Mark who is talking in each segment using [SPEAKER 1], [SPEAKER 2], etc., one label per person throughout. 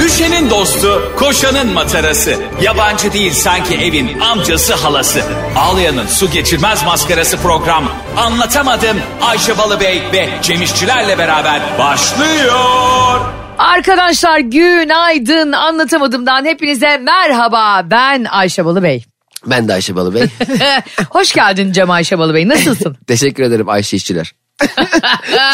[SPEAKER 1] Düşenin dostu, koşanın matarası. Yabancı değil sanki evin amcası halası. Ağlayanın su geçirmez maskarası program. Anlatamadım Ayşe Balıbey ve Cemişçilerle beraber başlıyor.
[SPEAKER 2] Arkadaşlar günaydın anlatamadımdan hepinize merhaba ben Ayşe Balıbey.
[SPEAKER 3] Ben de Ayşe Balıbey.
[SPEAKER 2] Hoş geldin Cem Ayşe Balıbey nasılsın? Eh,
[SPEAKER 3] Teşekkür ederim Ayşe İşçiler.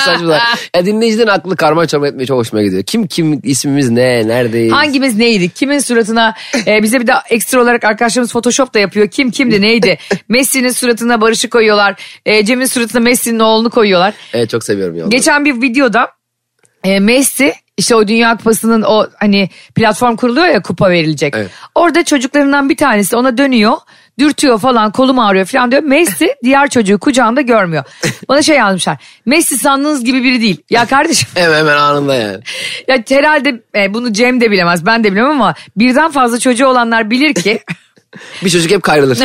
[SPEAKER 3] Saçmalar. Ya dinleyiciden aklı karma çorba etmeye çok hoşuma gidiyor. Kim kim ismimiz ne neredeyiz?
[SPEAKER 2] Hangimiz neydik? Kimin suratına e, bize bir de ekstra olarak arkadaşlarımız photoshop da yapıyor. Kim kimdi neydi? Messi'nin suratına Barış'ı koyuyorlar. E, Cem'in suratına Messi'nin oğlunu koyuyorlar.
[SPEAKER 3] Evet çok seviyorum yolları.
[SPEAKER 2] Geçen bir videoda e, Messi işte o Dünya Kupası'nın o hani platform kuruluyor ya kupa verilecek.
[SPEAKER 3] Evet.
[SPEAKER 2] Orada çocuklarından bir tanesi ona dönüyor. Dürtüyor falan kolum ağrıyor falan diyor. Messi diğer çocuğu kucağında görmüyor. Bana şey yazmışlar. Messi sandığınız gibi biri değil. Ya kardeşim
[SPEAKER 3] Hemen hemen anında yani.
[SPEAKER 2] ya herhalde e, bunu Cem de bilemez ben de bilemem ama birden fazla çocuğu olanlar bilir ki.
[SPEAKER 3] Bir çocuk hep kayrılır.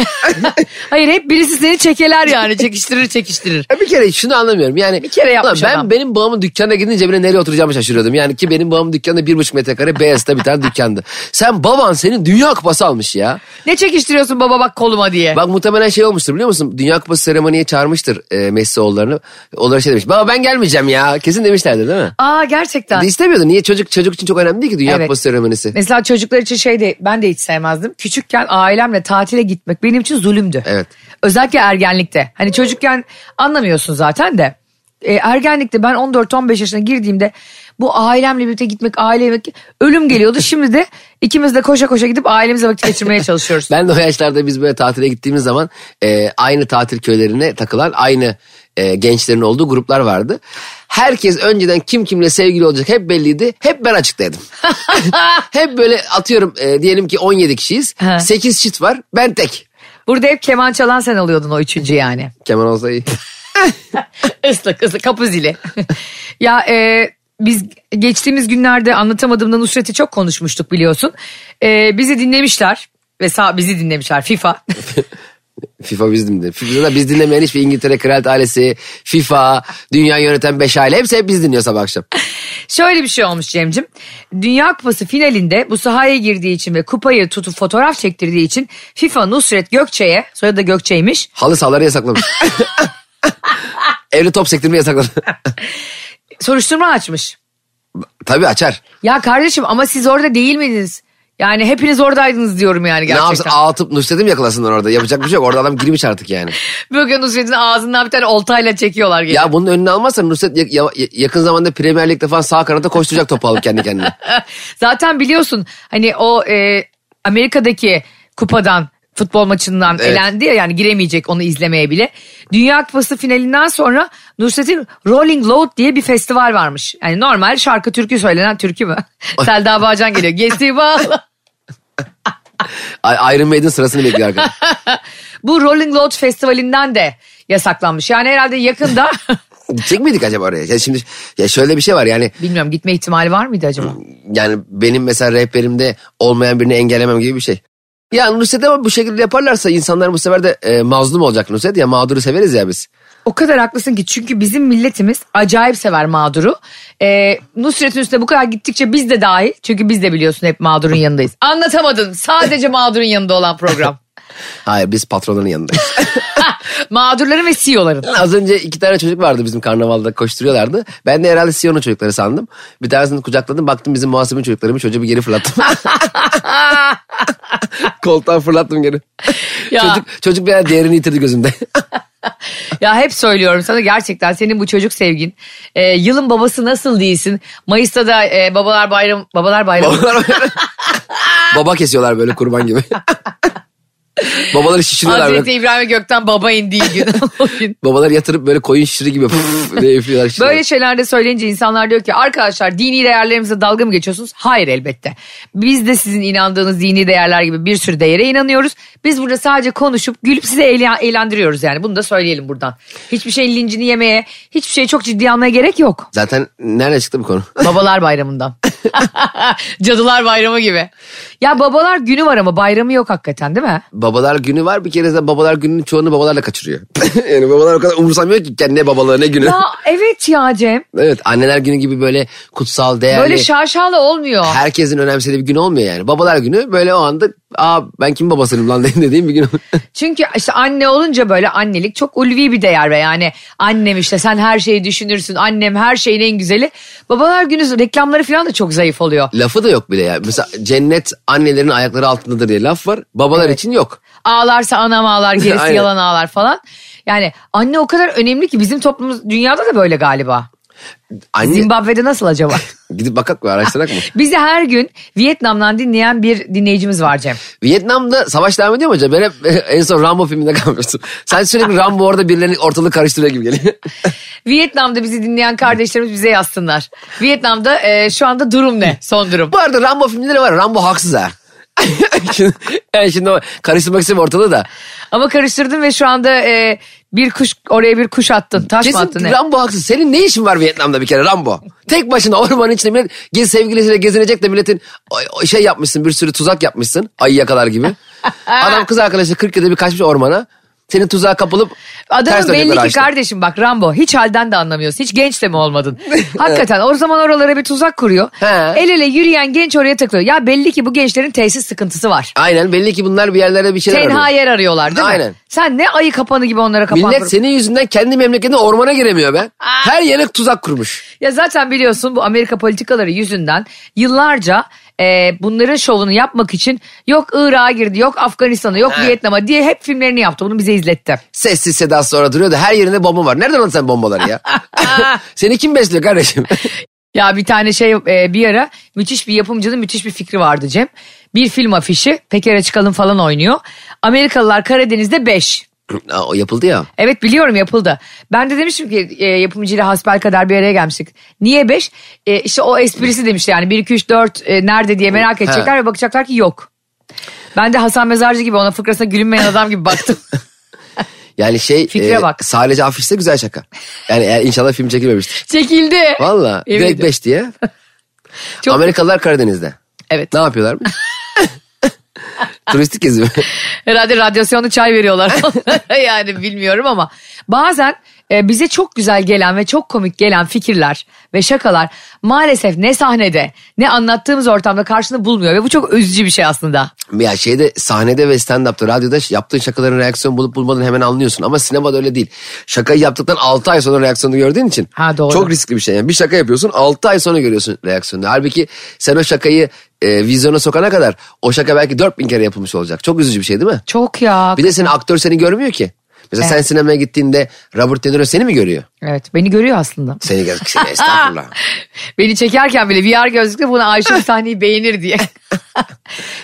[SPEAKER 2] Hayır hep birisi seni çekeler yani çekiştirir çekiştirir.
[SPEAKER 3] Ya bir kere şunu anlamıyorum yani. Bir
[SPEAKER 2] kere yapmış
[SPEAKER 3] ben,
[SPEAKER 2] adam.
[SPEAKER 3] Benim babamın dükkanına gidince bile nereye oturacağımı şaşırıyordum. Yani ki benim babamın dükkanı bir buçuk metrekare Beyazıt'ta bir tane dükkandı. Sen baban senin dünya kupası almış ya.
[SPEAKER 2] Ne çekiştiriyorsun baba bak koluma diye.
[SPEAKER 3] Bak muhtemelen şey olmuştur biliyor musun? Dünya kupası seremoniye çağırmıştır e, Messi oğullarını. Onlara şey demiş. Baba ben gelmeyeceğim ya. Kesin demişlerdir değil mi?
[SPEAKER 2] Aa gerçekten.
[SPEAKER 3] De istemiyordu. Niye çocuk çocuk için çok önemli değil ki dünya
[SPEAKER 2] Evet.
[SPEAKER 3] kupası seremonisi.
[SPEAKER 2] Mesela çocuklar için şey de ben de hiç sevmezdim. Küçükken ailemle tatile gitmek benim için zulümdü.
[SPEAKER 3] Evet.
[SPEAKER 2] Özellikle ergenlikte. Hani çocukken anlamıyorsun zaten de. E, ergenlikte ben 14-15 yaşına girdiğimde bu ailemle birlikte gitmek, aile yemek ölüm geliyordu. Şimdi de ikimiz de koşa koşa gidip ailemize vakit geçirmeye çalışıyoruz.
[SPEAKER 3] Ben de o yaşlarda biz böyle tatile gittiğimiz zaman e, aynı tatil köylerine takılan aynı e, gençlerin olduğu gruplar vardı. Herkes önceden kim kimle sevgili olacak hep belliydi. Hep ben açıktaydım.
[SPEAKER 2] Ah!
[SPEAKER 3] hep böyle atıyorum e, diyelim ki 17 kişiyiz.
[SPEAKER 2] He.
[SPEAKER 3] 8 çift var ben tek.
[SPEAKER 2] Burada hep keman çalan sen oluyordun o üçüncü yani.
[SPEAKER 3] Kemal olsa iyi.
[SPEAKER 2] Islak ıslak kapı zili. ya e, biz geçtiğimiz günlerde anlatamadığımda Nusret'i çok konuşmuştuk biliyorsun. E, bizi dinlemişler. Ve sağ bizi dinlemişler FIFA.
[SPEAKER 3] FIFA biz dinledik. FIFA'da biz dinlemeyen hiçbir İngiltere kraliyet ailesi, FIFA, dünya yöneten 5 aile hepsi hep biz dinliyor sabah akşam.
[SPEAKER 2] Şöyle bir şey olmuş Cem'cim. Dünya Kupası finalinde bu sahaya girdiği için ve kupayı tutup fotoğraf çektirdiği için FIFA Nusret Gökçe'ye, soyadı da Gökçe'ymiş.
[SPEAKER 3] Halı sahaları yasaklamış. Evli top sektirmeyi yasaklamış.
[SPEAKER 2] Soruşturma açmış.
[SPEAKER 3] Tabii açar.
[SPEAKER 2] Ya kardeşim ama siz orada değil miydiniz? Yani hepiniz oradaydınız diyorum yani gerçekten.
[SPEAKER 3] Ne yapsın ağlatıp Nusret'i mi yakalasınlar orada? Yapacak bir şey yok. Orada adam girmiş artık yani.
[SPEAKER 2] Bugün Nusret'in ağzından bir tane oltayla çekiyorlar. gece.
[SPEAKER 3] Ya bunun önüne almazsan Nusret ya- ya- yakın zamanda Premier Lig'de falan sağ kanata koşturacak topu alıp kendi kendine.
[SPEAKER 2] Zaten biliyorsun hani o e, Amerika'daki kupadan futbol maçından
[SPEAKER 3] Evet.
[SPEAKER 2] elendi ya yani giremeyecek onu izlemeye bile. Dünya Kupası finalinden sonra Nusret'in Rolling Loud diye bir festival varmış. Yani normal şarkı türkü söylenen türkü mü? Selda Bağcan geliyor. Gezi bağla.
[SPEAKER 3] Ay- Iron Maiden sırasını bekliyor arkadaş.
[SPEAKER 2] Bu Rolling Loud festivalinden de yasaklanmış. Yani herhalde yakında
[SPEAKER 3] Gidecek miydik acaba oraya? Ya şimdi ya şöyle bir şey var yani
[SPEAKER 2] bilmiyorum gitme ihtimali var mıydı acaba?
[SPEAKER 3] yani benim mesela rehberimde olmayan birini engellemem gibi bir şey. Ya Nusret'e ama bu şekilde yaparlarsa insanlar bu sefer de e, mazlum olacak Nusret ya mağduru severiz ya biz.
[SPEAKER 2] O kadar haklısın ki çünkü bizim milletimiz acayip sever mağduru. Ee, Nusret'in üstüne bu kadar gittikçe biz de dahil. Çünkü biz de biliyorsun hep mağdurun yanındayız. Anlatamadın sadece mağdurun yanında olan program.
[SPEAKER 3] Hayır biz patronların yanındayız.
[SPEAKER 2] Mağdurların ve E CEO'ların.
[SPEAKER 3] Hani Az önce iki tane çocuk vardı bizim karnavalda koşturuyorlardı. Ben de herhalde Siyon'un çocukları sandım. Bir tanesini kucakladım baktım bizim muhasebe çocuklarımı çocuğu bir geri fırlattım. Koltuğa fırlattım geri.
[SPEAKER 2] Ya.
[SPEAKER 3] Çocuk, çocuk bir ara değerini yitirdi gözümde.
[SPEAKER 2] Ya hep söylüyorum sana gerçekten senin bu çocuk sevgin. Ee, yılın babası nasıl değilsin? Mayıs'ta da e, babalar bayram babalar bayramı.
[SPEAKER 3] Babalar böyle- Baba kesiyorlar böyle kurban gibi. Babaları şişiriyorlar böyle.
[SPEAKER 2] Hazreti İbrahim Gökten baba indiği gün. O gün.
[SPEAKER 3] Babalar yatırıp böyle koyun şişiri gibi püf diye üflüyorlar. şişiriyorlar.
[SPEAKER 2] Böyle şeylerde söyleyince insanlar diyor ki arkadaşlar dini değerlerimize dalga mı geçiyorsunuz? Hayır elbette. Biz de sizin inandığınız dini değerler gibi bir sürü değere inanıyoruz. Biz burada sadece konuşup gülüp size eğlen- eğlendiriyoruz yani. Bunu da söyleyelim buradan. Hiçbir şeyin lincini yemeye, hiçbir şeyi çok ciddi almaya gerek yok.
[SPEAKER 3] Zaten nerede çıktı bu konu?
[SPEAKER 2] Babalar Bayramı'ndan. Cadılar bayramı gibi. Ya babalar günü var ama bayramı yok hakikaten değil mi?
[SPEAKER 3] Babalar günü var bir kere zaten babalar gününün çoğunu babalarla kaçırıyor. yani babalar o kadar umursamıyor ki kendine babalığı ne günü.
[SPEAKER 2] Ya evet ya Cem.
[SPEAKER 3] Evet anneler günü gibi böyle kutsal değerli.
[SPEAKER 2] Böyle şaşalı olmuyor.
[SPEAKER 3] herkesin önemsediği bir gün olmuyor yani. Babalar günü böyle o anda aa ben kim babasıyım lan dediğim bir gün.
[SPEAKER 2] Çünkü işte anne olunca böyle annelik çok ulvi bir değer ve yani annem işte sen her şeyi düşünürsün annem her şeyin en güzeli. Babalar günü reklamları falan da çok zayıf oluyor.
[SPEAKER 3] Lafı da yok bile yani. Mesela cennet annelerin ayakları altındadır diye laf var. Babalar
[SPEAKER 2] Evet.
[SPEAKER 3] için yok.
[SPEAKER 2] Ağlarsa anam ağlar gerisi
[SPEAKER 3] Aynen.
[SPEAKER 2] yalan ağlar falan. Yani anne o kadar önemli ki bizim toplumumuz dünyada da böyle galiba.
[SPEAKER 3] Anne
[SPEAKER 2] Zimbabwe'de nasıl acaba?
[SPEAKER 3] gidip bakak mı araştırak mı?
[SPEAKER 2] Bizi her gün Vietnam'dan dinleyen bir dinleyicimiz var Cem.
[SPEAKER 3] Vietnam'da savaş devam ediyor mu acaba? Ben hep en son Rambo filminde kalmıştım. Sen sürekli Rambo orada birilerinin ortalığı karıştırıyor gibi geliyor.
[SPEAKER 2] Vietnam'da bizi dinleyen kardeşlerimiz bize yazsınlar. Vietnam'da e, şu anda durum ne? Son durum.
[SPEAKER 3] Bu arada Rambo filmleri var. Rambo haksız ha. şimdi, yani şimdi o karıştırmak istemiyorum ortalığı da.
[SPEAKER 2] Ama karıştırdın ve şu anda e, bir kuş oraya bir kuş attın. Taş mı attın?
[SPEAKER 3] Kesin
[SPEAKER 2] ne?
[SPEAKER 3] Rambo haksız. Senin ne işin var Vietnam'da bir kere Rambo? Tek başına ormanın içinde millet gez sevgilisiyle gezinecek de milletin ay- ay şey yapmışsın bir sürü tuzak yapmışsın. Ayı yakalar gibi. Adam kız arkadaşı 40 yılda bir kaçmış ormana. Senin tuzağa kapılıp ters
[SPEAKER 2] Adamın
[SPEAKER 3] dönecekler
[SPEAKER 2] belli ki
[SPEAKER 3] ağaçta.
[SPEAKER 2] kardeşim bak Rambo hiç halden de anlamıyorsun. Hiç genç de mi olmadın? Hakikaten o zaman oralara bir tuzak kuruyor.
[SPEAKER 3] He.
[SPEAKER 2] El ele yürüyen genç oraya takılıyor. Ya belli ki bu gençlerin tesis sıkıntısı var.
[SPEAKER 3] Aynen belli ki bunlar bir yerlerde bir şeyler
[SPEAKER 2] Tenha
[SPEAKER 3] arıyor.
[SPEAKER 2] yer arıyorlar değil mi?
[SPEAKER 3] Aynen.
[SPEAKER 2] Sen ne ayı kapanı gibi onlara kapan
[SPEAKER 3] Millet
[SPEAKER 2] kurup-
[SPEAKER 3] senin yüzünden kendi memleketinde ormana giremiyor be. Her yere tuzak kurmuş.
[SPEAKER 2] Ya zaten biliyorsun bu Amerika politikaları yüzünden yıllarca e, bunların şovunu yapmak için yok Irak'a girdi, yok Afganistan'a, yok
[SPEAKER 3] Evet.
[SPEAKER 2] Vietnam'a diye hep filmlerini yaptı. Bunu bize izletti.
[SPEAKER 3] Sessiz sedasız sonra duruyor da her yerinde bomba var. Nereden aldın sen bombaları ya? Seni kim besliyor kardeşim?
[SPEAKER 2] Ya bir tane şey e, bir ara müthiş bir yapımcının müthiş bir fikri vardı Cem. Bir film afişi Peker'e çıkalım falan oynuyor. Amerikalılar Karadeniz'de 5.
[SPEAKER 3] Aa, o yapıldı ya.
[SPEAKER 2] Evet biliyorum yapıldı. Ben de demiştim ki e, yapımcıyla hasbelkader bir araya gelmiştik. Niye 5? E, işte o esprisi demişti yani 1, 2, 3, 4 e, nerede diye merak edecekler ve bakacaklar ki yok. Ben de Hasan Mezarcı gibi ona fıkrasına gülünmeyen adam gibi baktım.
[SPEAKER 3] Yani şey
[SPEAKER 2] Fikre bak.
[SPEAKER 3] sadece afişte güzel şaka. Yani eğer inşallah film çekilmemiştir.
[SPEAKER 2] Çekildi.
[SPEAKER 3] Valla
[SPEAKER 2] Yemin
[SPEAKER 3] direkt
[SPEAKER 2] ediyorum.
[SPEAKER 3] 5 diye.
[SPEAKER 2] Çok-
[SPEAKER 3] Amerikalılar Karadeniz'de.
[SPEAKER 2] Evet.
[SPEAKER 3] Ne yapıyorlar? Turistik gezi mi?
[SPEAKER 2] Herhalde radyasyonlu çay veriyorlar. yani bilmiyorum ama bazen e, bize çok güzel gelen ve çok komik gelen fikirler ve şakalar maalesef ne sahnede ne anlattığımız ortamda karşını bulmuyor ve bu çok üzücü bir şey aslında.
[SPEAKER 3] ya şeyde sahnede ve stand-up'ta radyoda ş- yaptığın şakaların reaksiyon bulup bulmadığını hemen anlıyorsun. Ama sinemada öyle değil. Şakayı yaptıktan 6 ay sonra reaksiyonunu gördüğün için.
[SPEAKER 2] Ha, doğru.
[SPEAKER 3] Çok riskli bir şey. Yani bir şaka yapıyorsun 6 ay sonra görüyorsun reaksiyonunu. Halbuki sen o şakayı e, vizyona sokana kadar o şaka belki 4000 kere yapılmış olacak. Çok üzücü bir şey değil mi?
[SPEAKER 2] Çok ya.
[SPEAKER 3] Bir de senin aktör seni görmüyor ki. Mesela sen sinemaya gittiğinde Robert De Niro seni mi görüyor?
[SPEAKER 2] Evet beni görüyor aslında.
[SPEAKER 3] Seni gör. Estağfurullah.
[SPEAKER 2] Beni çekerken bile VR gözlükle buna Ayşe bu sahneyi beğenir diye.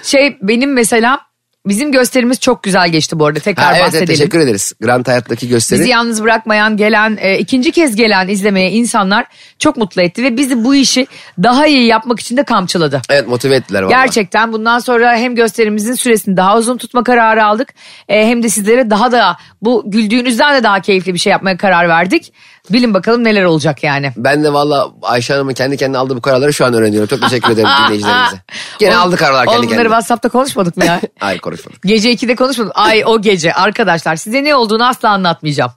[SPEAKER 2] şey benim mesela bizim gösterimiz çok güzel geçti bu arada tekrar
[SPEAKER 3] Ha, evet,
[SPEAKER 2] bahsedelim.
[SPEAKER 3] evet, teşekkür ederiz. Grant Hayat'taki gösteri.
[SPEAKER 2] Bizi yalnız bırakmayan gelen e, ikinci kez gelen izlemeye insanlar çok mutlu etti ve bizi bu işi daha iyi yapmak için de kamçıladı.
[SPEAKER 3] Evet motive ettiler valla.
[SPEAKER 2] Gerçekten bundan sonra hem gösterimizin süresini daha uzun tutma kararı aldık e, hem de sizlere daha da bu güldüğünüzden de daha keyifli bir şey yapmaya karar verdik. Bilin bakalım neler olacak yani.
[SPEAKER 3] Ben de valla Ayşe Hanım'ın kendi kendine aldığı bu kararları şu an öğreniyorum. Çok teşekkür ederim dinleyicilerimize. Gene
[SPEAKER 2] Ah, Oğlum-
[SPEAKER 3] aldı kararlar
[SPEAKER 2] oğlum
[SPEAKER 3] kendi
[SPEAKER 2] bunları
[SPEAKER 3] kendine.
[SPEAKER 2] WhatsApp'ta konuşmadık mı ya?
[SPEAKER 3] Hayır konuşmadık.
[SPEAKER 2] Gece 2'de konuşmadım. Ay o gece arkadaşlar size ne olduğunu asla anlatmayacağım.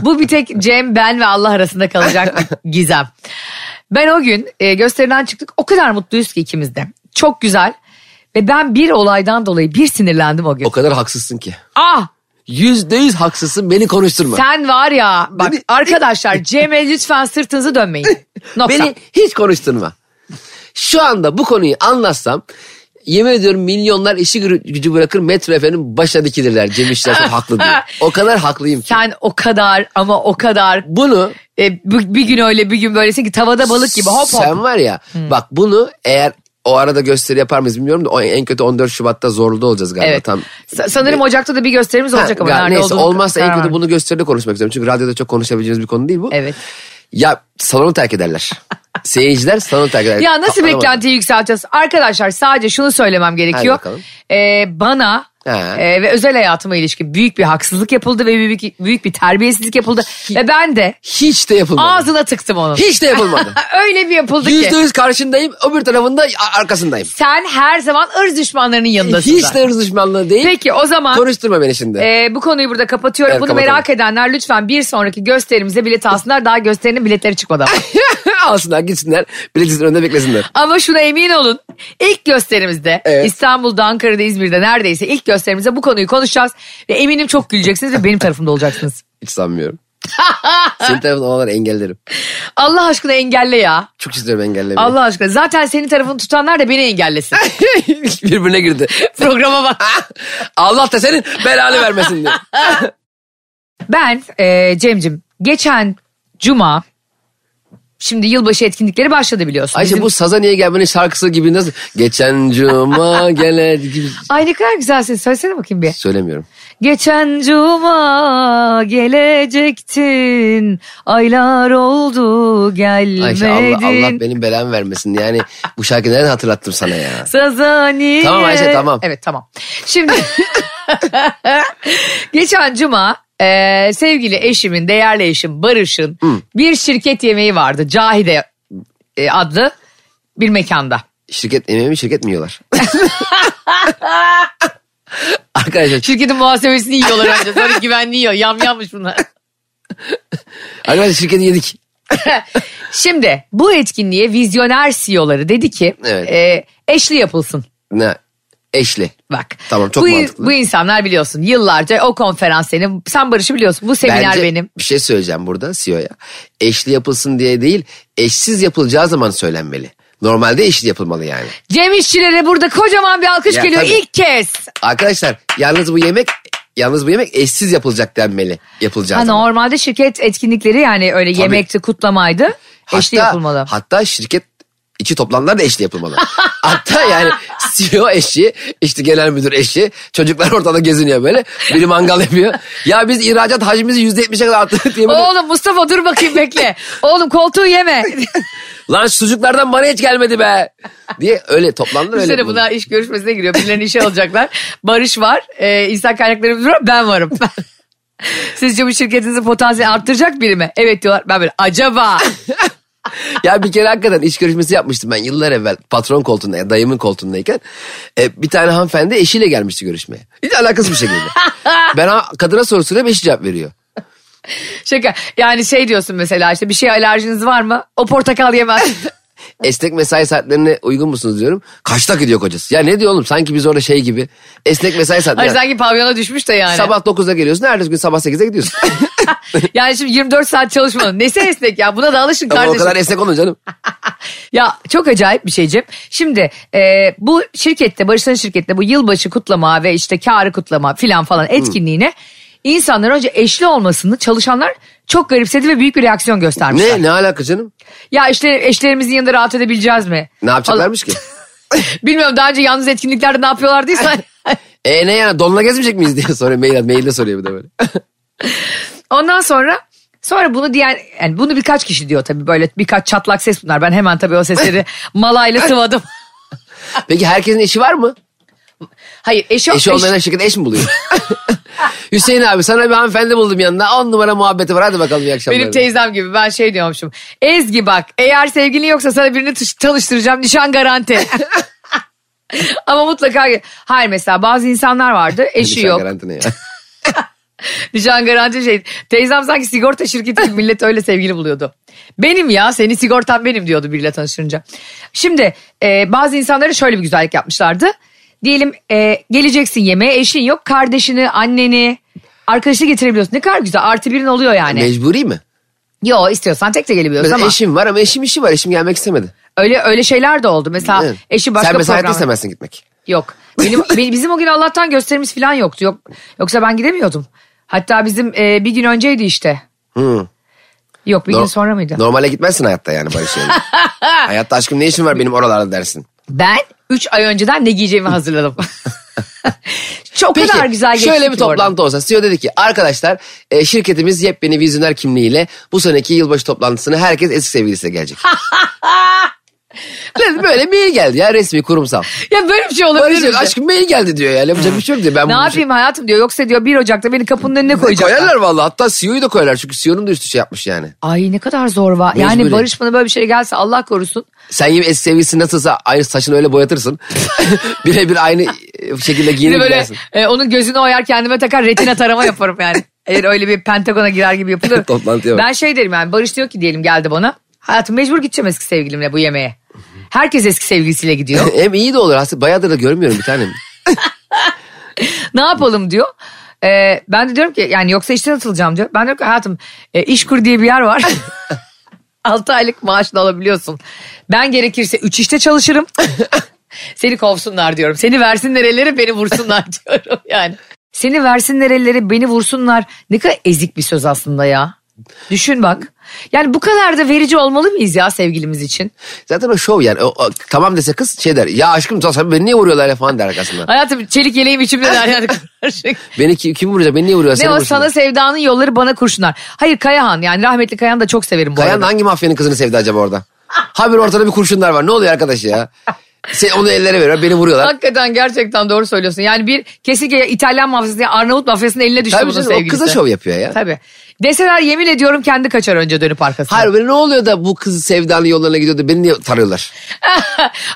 [SPEAKER 2] Bu bir tek Cem, ben ve Allah arasında kalacak bir gizem. Ben o gün e, gösteriden çıktık. O kadar mutluyuz ki ikimiz de. Çok güzel. Ve ben bir olaydan dolayı bir sinirlendim o gün.
[SPEAKER 3] O kadar haksızsın ki.
[SPEAKER 2] Ah
[SPEAKER 3] Yüzde yüz haksızsın beni konuşturma.
[SPEAKER 2] sen var ya bak
[SPEAKER 3] Beni-
[SPEAKER 2] arkadaşlar Cem'e lütfen sırtınızı dönmeyin. Nokta.
[SPEAKER 3] Beni hiç konuşturma. Şu anda bu konuyu anlatsam yemin ediyorum milyonlar işi gü- gücü bırakır metro efendim başa dikilirler. Cem İşler çok haklı diyor. O kadar haklıyım ki.
[SPEAKER 2] Sen o kadar ama o kadar
[SPEAKER 3] Bunu
[SPEAKER 2] e, bu- bir gün öyle bir gün böylesin ki tavada balık gibi hop Hmm. hop.
[SPEAKER 3] Sen var ya bak bunu eğer o arada gösteri yapar mıyız bilmiyorum da o en kötü 14 Şubat'ta zorlu olacağız galiba
[SPEAKER 2] Evet.
[SPEAKER 3] tam.
[SPEAKER 2] Sa- Sanırım Ocak'ta da bir gösterimiz olacak ama
[SPEAKER 3] Ha,
[SPEAKER 2] nerede
[SPEAKER 3] neyse
[SPEAKER 2] olduğunu
[SPEAKER 3] olmazsa en
[SPEAKER 2] karar
[SPEAKER 3] kötü
[SPEAKER 2] vermem.
[SPEAKER 3] bunu gösteride konuşmak istiyorum. Çünkü radyoda çok konuşabileceğimiz bir konu değil bu.
[SPEAKER 2] Evet.
[SPEAKER 3] Ya salonu terk ederler. Seyirciler salonu terk ederler.
[SPEAKER 2] Ya nasıl
[SPEAKER 3] Anlamadım.
[SPEAKER 2] beklentiyi yükselteceğiz? Arkadaşlar sadece şunu söylemem gerekiyor.
[SPEAKER 3] bakalım.
[SPEAKER 2] Ee, bana
[SPEAKER 3] He.
[SPEAKER 2] Ee, ve özel hayatıma ilişkin büyük bir haksızlık yapıldı ve büyük, büyük bir terbiyesizlik yapıldı. Ve ben de
[SPEAKER 3] Hiç de yapılmadı.
[SPEAKER 2] ağzına tıktım onun.
[SPEAKER 3] Hiç de yapılmadı.
[SPEAKER 2] Öyle bir yapıldı
[SPEAKER 3] Yüzde
[SPEAKER 2] ki.
[SPEAKER 3] yüz karşındayım öbür tarafında a- arkasındayım.
[SPEAKER 2] Sen her zaman ırz düşmanlarının yanındasın.
[SPEAKER 3] Hiç
[SPEAKER 2] zaten.
[SPEAKER 3] de hırs düşmanlığı değil.
[SPEAKER 2] Peki o zaman
[SPEAKER 3] Konuşturma beni şimdi.
[SPEAKER 2] e, bu konuyu burada kapatıyorum.
[SPEAKER 3] Evet,
[SPEAKER 2] Bunu
[SPEAKER 3] kapatalım.
[SPEAKER 2] merak edenler lütfen bir sonraki gösterimize bilet alsınlar. Daha gösterinin biletleri çıkmadı ama.
[SPEAKER 3] Alsınlar gitsinler. Biletin önünde beklesinler.
[SPEAKER 2] Ama şuna emin olun. İlk gösterimizde
[SPEAKER 3] Evet.
[SPEAKER 2] İstanbul'da, Ankara'da, İzmir'de neredeyse ilk gösterimizde bu konuyu konuşacağız. Ve eminim çok güleceksiniz ve benim tarafımda olacaksınız.
[SPEAKER 3] Hiç sanmıyorum. Senin tarafından olanları engellerim.
[SPEAKER 2] Allah aşkına engelle ya.
[SPEAKER 3] Çok istiyorum engellemeyi.
[SPEAKER 2] Allah aşkına. Zaten senin tarafını tutanlar da beni engellesin.
[SPEAKER 3] Birbirine girdi.
[SPEAKER 2] Programa bak.
[SPEAKER 3] Allah da senin belanı vermesin diye.
[SPEAKER 2] Ben e, Cem'cim geçen cuma şimdi yılbaşı etkinlikleri başladı biliyorsun.
[SPEAKER 3] Ayşe
[SPEAKER 2] Bizim-
[SPEAKER 3] bu saza niye gelmenin şarkısı gibi nasıl? Geçen cuma gele gibi.
[SPEAKER 2] Ay ne kadar güzelsin. Söylesene bakayım bir.
[SPEAKER 3] Söylemiyorum.
[SPEAKER 2] Geçen cuma gelecektin. Aylar oldu gelmedin.
[SPEAKER 3] Ayşe Allah, Allah benim belamı vermesin. Yani bu şarkıyı neden hatırlattım sana ya?
[SPEAKER 2] Sazaniye.
[SPEAKER 3] Tamam Ayşe, tamam.
[SPEAKER 2] Evet tamam. Şimdi geçen cuma e, sevgili eşimin, değerli eşim Barış'ın bir şirket yemeği vardı. Cahide e, adlı bir mekanda.
[SPEAKER 3] Şirket yemeği mi şirket mi yiyorlar? arkadaşlar,
[SPEAKER 2] Şirketin muhasebesini yiyorlar önce. Sonra güvenliği yiyor. Yam yammış bunlar.
[SPEAKER 3] arkadaşlar şirketi yedik.
[SPEAKER 2] Şimdi bu etkinliğe vizyoner CEO'ları dedi ki
[SPEAKER 3] Evet.
[SPEAKER 2] e, eşli yapılsın.
[SPEAKER 3] Ne? Eşli.
[SPEAKER 2] Bak.
[SPEAKER 3] Tamam, çok
[SPEAKER 2] bu,
[SPEAKER 3] mantıklı.
[SPEAKER 2] Bu insanlar biliyorsun yıllarca o konferans senin. Sen Barış'ı biliyorsun. Bu seminer
[SPEAKER 3] Bence
[SPEAKER 2] benim.
[SPEAKER 3] bir şey söyleyeceğim burada CEO'ya. Eşli yapılsın diye değil, eşsiz yapılacağı zaman söylenmeli. Normalde eşli yapılmalı yani.
[SPEAKER 2] Cem İşçilere burada kocaman bir alkış
[SPEAKER 3] Ya,
[SPEAKER 2] geliyor
[SPEAKER 3] tabii.
[SPEAKER 2] ilk kez.
[SPEAKER 3] Arkadaşlar yalnız bu yemek yalnız bu yemek eşsiz yapılacak denmeli. Yapılacağı
[SPEAKER 2] Ha,
[SPEAKER 3] zaman.
[SPEAKER 2] normalde şirket etkinlikleri yani öyle yemekti, kutlamaydı. eşli yapılmalı.
[SPEAKER 3] Hatta şirket içi toplantılar da eşli yapılmalı. hatta yani CEO eşi, işte genel müdür eşi, çocuklar ortada geziniyor böyle. Biri mangal yapıyor. Ya biz ihracat hacmimizi yüzde yetmişe kadar arttırdık diye. böyle-
[SPEAKER 2] Oğlum Mustafa dur bakayım bekle. Oğlum koltuğu yeme.
[SPEAKER 3] Lan şu çocuklardan bana hiç gelmedi be. Diye öyle toplandılar öyle.
[SPEAKER 2] Düşünsene
[SPEAKER 3] yapıldı.
[SPEAKER 2] buna iş görüşmesine giriyor. Birilerini işe alacaklar. Barış var. E, insan kaynakları müdürü var. Ben varım. Sizce bu şirketinizin potansiyelini arttıracak biri mi? Evet diyorlar. Ben böyle acaba.
[SPEAKER 3] ya bir kere hakikaten iş görüşmesi yapmıştım ben yıllar evvel patron koltuğunda ya dayımın koltuğundayken. E, bir tane hanımefendi eşiyle gelmişti görüşmeye. Hiç alakası bir şekilde. ben ha- kadına soru soruyorum eşi cevap veriyor.
[SPEAKER 2] Şaka. Yani şey diyorsun mesela işte bir şey alerjiniz var mı? O portakal yemez.
[SPEAKER 3] Esnek mesai saatlerine uygun musunuz diyorum. Kaçta gidiyor kocası? Ya ne diyor oğlum sanki biz orada şey gibi. Esnek mesai saatleri.
[SPEAKER 2] Hayır sanki pavyona düşmüş de yani.
[SPEAKER 3] Sabah 9'da geliyorsun ertesi gün sabah 8'e gidiyorsun.
[SPEAKER 2] Yani şimdi 24 saat çalışmanın nesi esnek ya buna da alışın
[SPEAKER 3] Ama o
[SPEAKER 2] kardeşim.
[SPEAKER 3] kadar esnek olun canım.
[SPEAKER 2] Ya çok acayip bir şey Cem. Şimdi e, bu şirkette Barış'ın şirkette bu yılbaşı kutlama ve işte karı kutlama filan falan etkinliğine insanlar önce eşli olmasını çalışanlar çok garipsedi ve büyük bir reaksiyon göstermişler.
[SPEAKER 3] Ne ne alaka canım?
[SPEAKER 2] Ya işte eşlerimizin yanında rahat edebileceğiz mi?
[SPEAKER 3] Ne yapacaklarmış ki?
[SPEAKER 2] Falan. Bilmiyorum daha önce yalnız etkinliklerde ne yapıyorlardıysa.
[SPEAKER 3] E ne yani donla gezmeyecek miyiz diye soruyor mail, mailde soruyor bir de böyle.
[SPEAKER 2] Ondan sonra sonra bunu diyen yani bunu birkaç kişi diyor tabii böyle birkaç çatlak ses bunlar. Ben hemen tabii o sesleri malayla sıvadım.
[SPEAKER 3] Peki herkesin eşi var mı?
[SPEAKER 2] Hayır eşi,
[SPEAKER 3] Eşi olmayan şirket eş mi buluyor? Hüseyin abi sana bir hanımefendi buldum yanında. On numara muhabbeti var hadi bakalım iyi akşamlar.
[SPEAKER 2] Benim teyzem gibi ben şey diyormuşum. Ezgi bak eğer sevgilin yoksa sana birini tış- tanıştıracağım nişan garanti. Ama mutlaka hayır mesela bazı insanlar vardı eşi
[SPEAKER 3] Nişan
[SPEAKER 2] yok.
[SPEAKER 3] garantine ya.
[SPEAKER 2] Nişan garanti şey. Teyzem sanki sigorta şirketi gibi millet öyle sevgili buluyordu. Benim ya seni sigortan benim diyordu biriyle tanışınca. Şimdi e, bazı insanlara şöyle bir güzellik yapmışlardı. Diyelim e, geleceksin yemeğe eşin yok kardeşini anneni arkadaşını getirebiliyorsun. Ne kadar güzel artı birin oluyor yani.
[SPEAKER 3] Mecburi mi?
[SPEAKER 2] Yo istiyorsan tek de gelebiliyorsun
[SPEAKER 3] Mesela
[SPEAKER 2] ama.
[SPEAKER 3] eşim var ama eşim işi var. Eşim gelmek istemedi.
[SPEAKER 2] Öyle öyle şeyler de oldu. Mesela
[SPEAKER 3] Evet.
[SPEAKER 2] eşi başka
[SPEAKER 3] Sen mesela hayatta
[SPEAKER 2] program.
[SPEAKER 3] istemezsin gitmek.
[SPEAKER 2] Yok. Benim, benim- bizim o gün Allah'tan gösterimiz falan yoktu. Yok yoksa ben gidemiyordum. Hatta bizim e, bir gün önceydi işte.
[SPEAKER 3] Hı.
[SPEAKER 2] Yok bir gün
[SPEAKER 3] No-
[SPEAKER 2] sonra mıydı?
[SPEAKER 3] Normale gitmezsin hayatta yani Barış yani. hayatta aşkım ne işin var benim oralarda dersin.
[SPEAKER 2] Ben 3 ay önceden ne giyeceğimi hazırladım. Çok
[SPEAKER 3] Peki
[SPEAKER 2] kadar güzel geçti.
[SPEAKER 3] şöyle bir
[SPEAKER 2] ki bu arada.
[SPEAKER 3] toplantı olsa CEO dedi ki arkadaşlar e, şirketimiz yepyeni vizyoner kimliğiyle bu seneki yılbaşı toplantısına herkes eski sevgilisiyle gelecek. Böyle- Böyle mail geldi ya resmi kurumsal.
[SPEAKER 2] Ya böyle bir şey olabilir
[SPEAKER 3] Barış diyor,
[SPEAKER 2] mi?
[SPEAKER 3] aşkım mail geldi diyor yani yapacak bir şey yok diyor. Ben
[SPEAKER 2] Ne
[SPEAKER 3] bunu-
[SPEAKER 2] yapayım hayatım diyor. Yoksa diyor 1 Ocak'ta beni kapının önüne koyacaklar.
[SPEAKER 3] Koyarlar vallahi hatta CEO'yu da koyarlar çünkü CEO'nun da üstü şey yapmış yani.
[SPEAKER 2] Ay ne kadar zor var. Yani
[SPEAKER 3] Mecburen.
[SPEAKER 2] Barış bana böyle bir şey gelse Allah korusun.
[SPEAKER 3] Sen yine eski sevgilisi nasılsa aynı saçını öyle boyatırsın. Birebir aynı e, şekilde
[SPEAKER 2] Bir de
[SPEAKER 3] giyinip
[SPEAKER 2] böyle
[SPEAKER 3] gidersin.
[SPEAKER 2] e, onun gözünü oyar kendime takar retina tarama yaparım yani. Eğer öyle bir pentagona girer gibi yapılır.
[SPEAKER 3] Toplantıya bak.
[SPEAKER 2] Ben şey derim yani Barış diyor ki diyelim geldi bana. Hayatım mecbur gideceğim eski sevgilimle bu yemeğe. Herkes eski sevgilisiyle gidiyor.
[SPEAKER 3] Hem iyi de olur aslında bayağıdır da görmüyorum bir tanem.
[SPEAKER 2] ne yapalım diyor. E, ben de diyorum ki yani yoksa işten atılacağım diyor. Ben diyorum ki hayatım e, işkur diye bir yer var. 6 aylık maaşla alabiliyorsun. Ben gerekirse 3 işte çalışırım. Seni kovsunlar diyorum. Seni versinler ellere beni vursunlar diyorum yani. Seni versinler ellere beni vursunlar. Ne kadar ezik bir söz aslında ya. Düşün bak. Yani bu kadar da verici olmalı mıyız ya sevgilimiz için?
[SPEAKER 3] Zaten o şov yani. O- o tamam dese kız şey der. Ya aşkım sen beni niye vuruyorlar ya falan der arkasından.
[SPEAKER 2] Hayatım çelik yeleğim içimde der yani.
[SPEAKER 3] Beni ki- kim vuracak beni niye vuruyor?
[SPEAKER 2] ne
[SPEAKER 3] Seni
[SPEAKER 2] o
[SPEAKER 3] vursunlar.
[SPEAKER 2] sana sevdanın yolları bana kurşunlar. Hayır Kayahan yani rahmetli Kayahan da çok severim bu
[SPEAKER 3] Kayan
[SPEAKER 2] arada.
[SPEAKER 3] hangi mafyanın kızını sevdi acaba orada? Ha bir ortada bir kurşunlar var. Ne oluyor arkadaş ya? Sen onu ellere veriyor. Beni vuruyorlar.
[SPEAKER 2] Hakikaten gerçekten doğru söylüyorsun. Yani bir kesinlikle İtalyan mafyası, Arnavut mafyasının eline düştü
[SPEAKER 3] Tabii
[SPEAKER 2] bunun
[SPEAKER 3] canım, o
[SPEAKER 2] sevgilisi.
[SPEAKER 3] kıza şov yapıyor ya.
[SPEAKER 2] Tabii. Deseler yemin ediyorum kendi kaçar önce dönüp arkasına.
[SPEAKER 3] Hayır böyle ne oluyor da bu kız sevdanın yollarına gidiyor da beni niye tarıyorlar?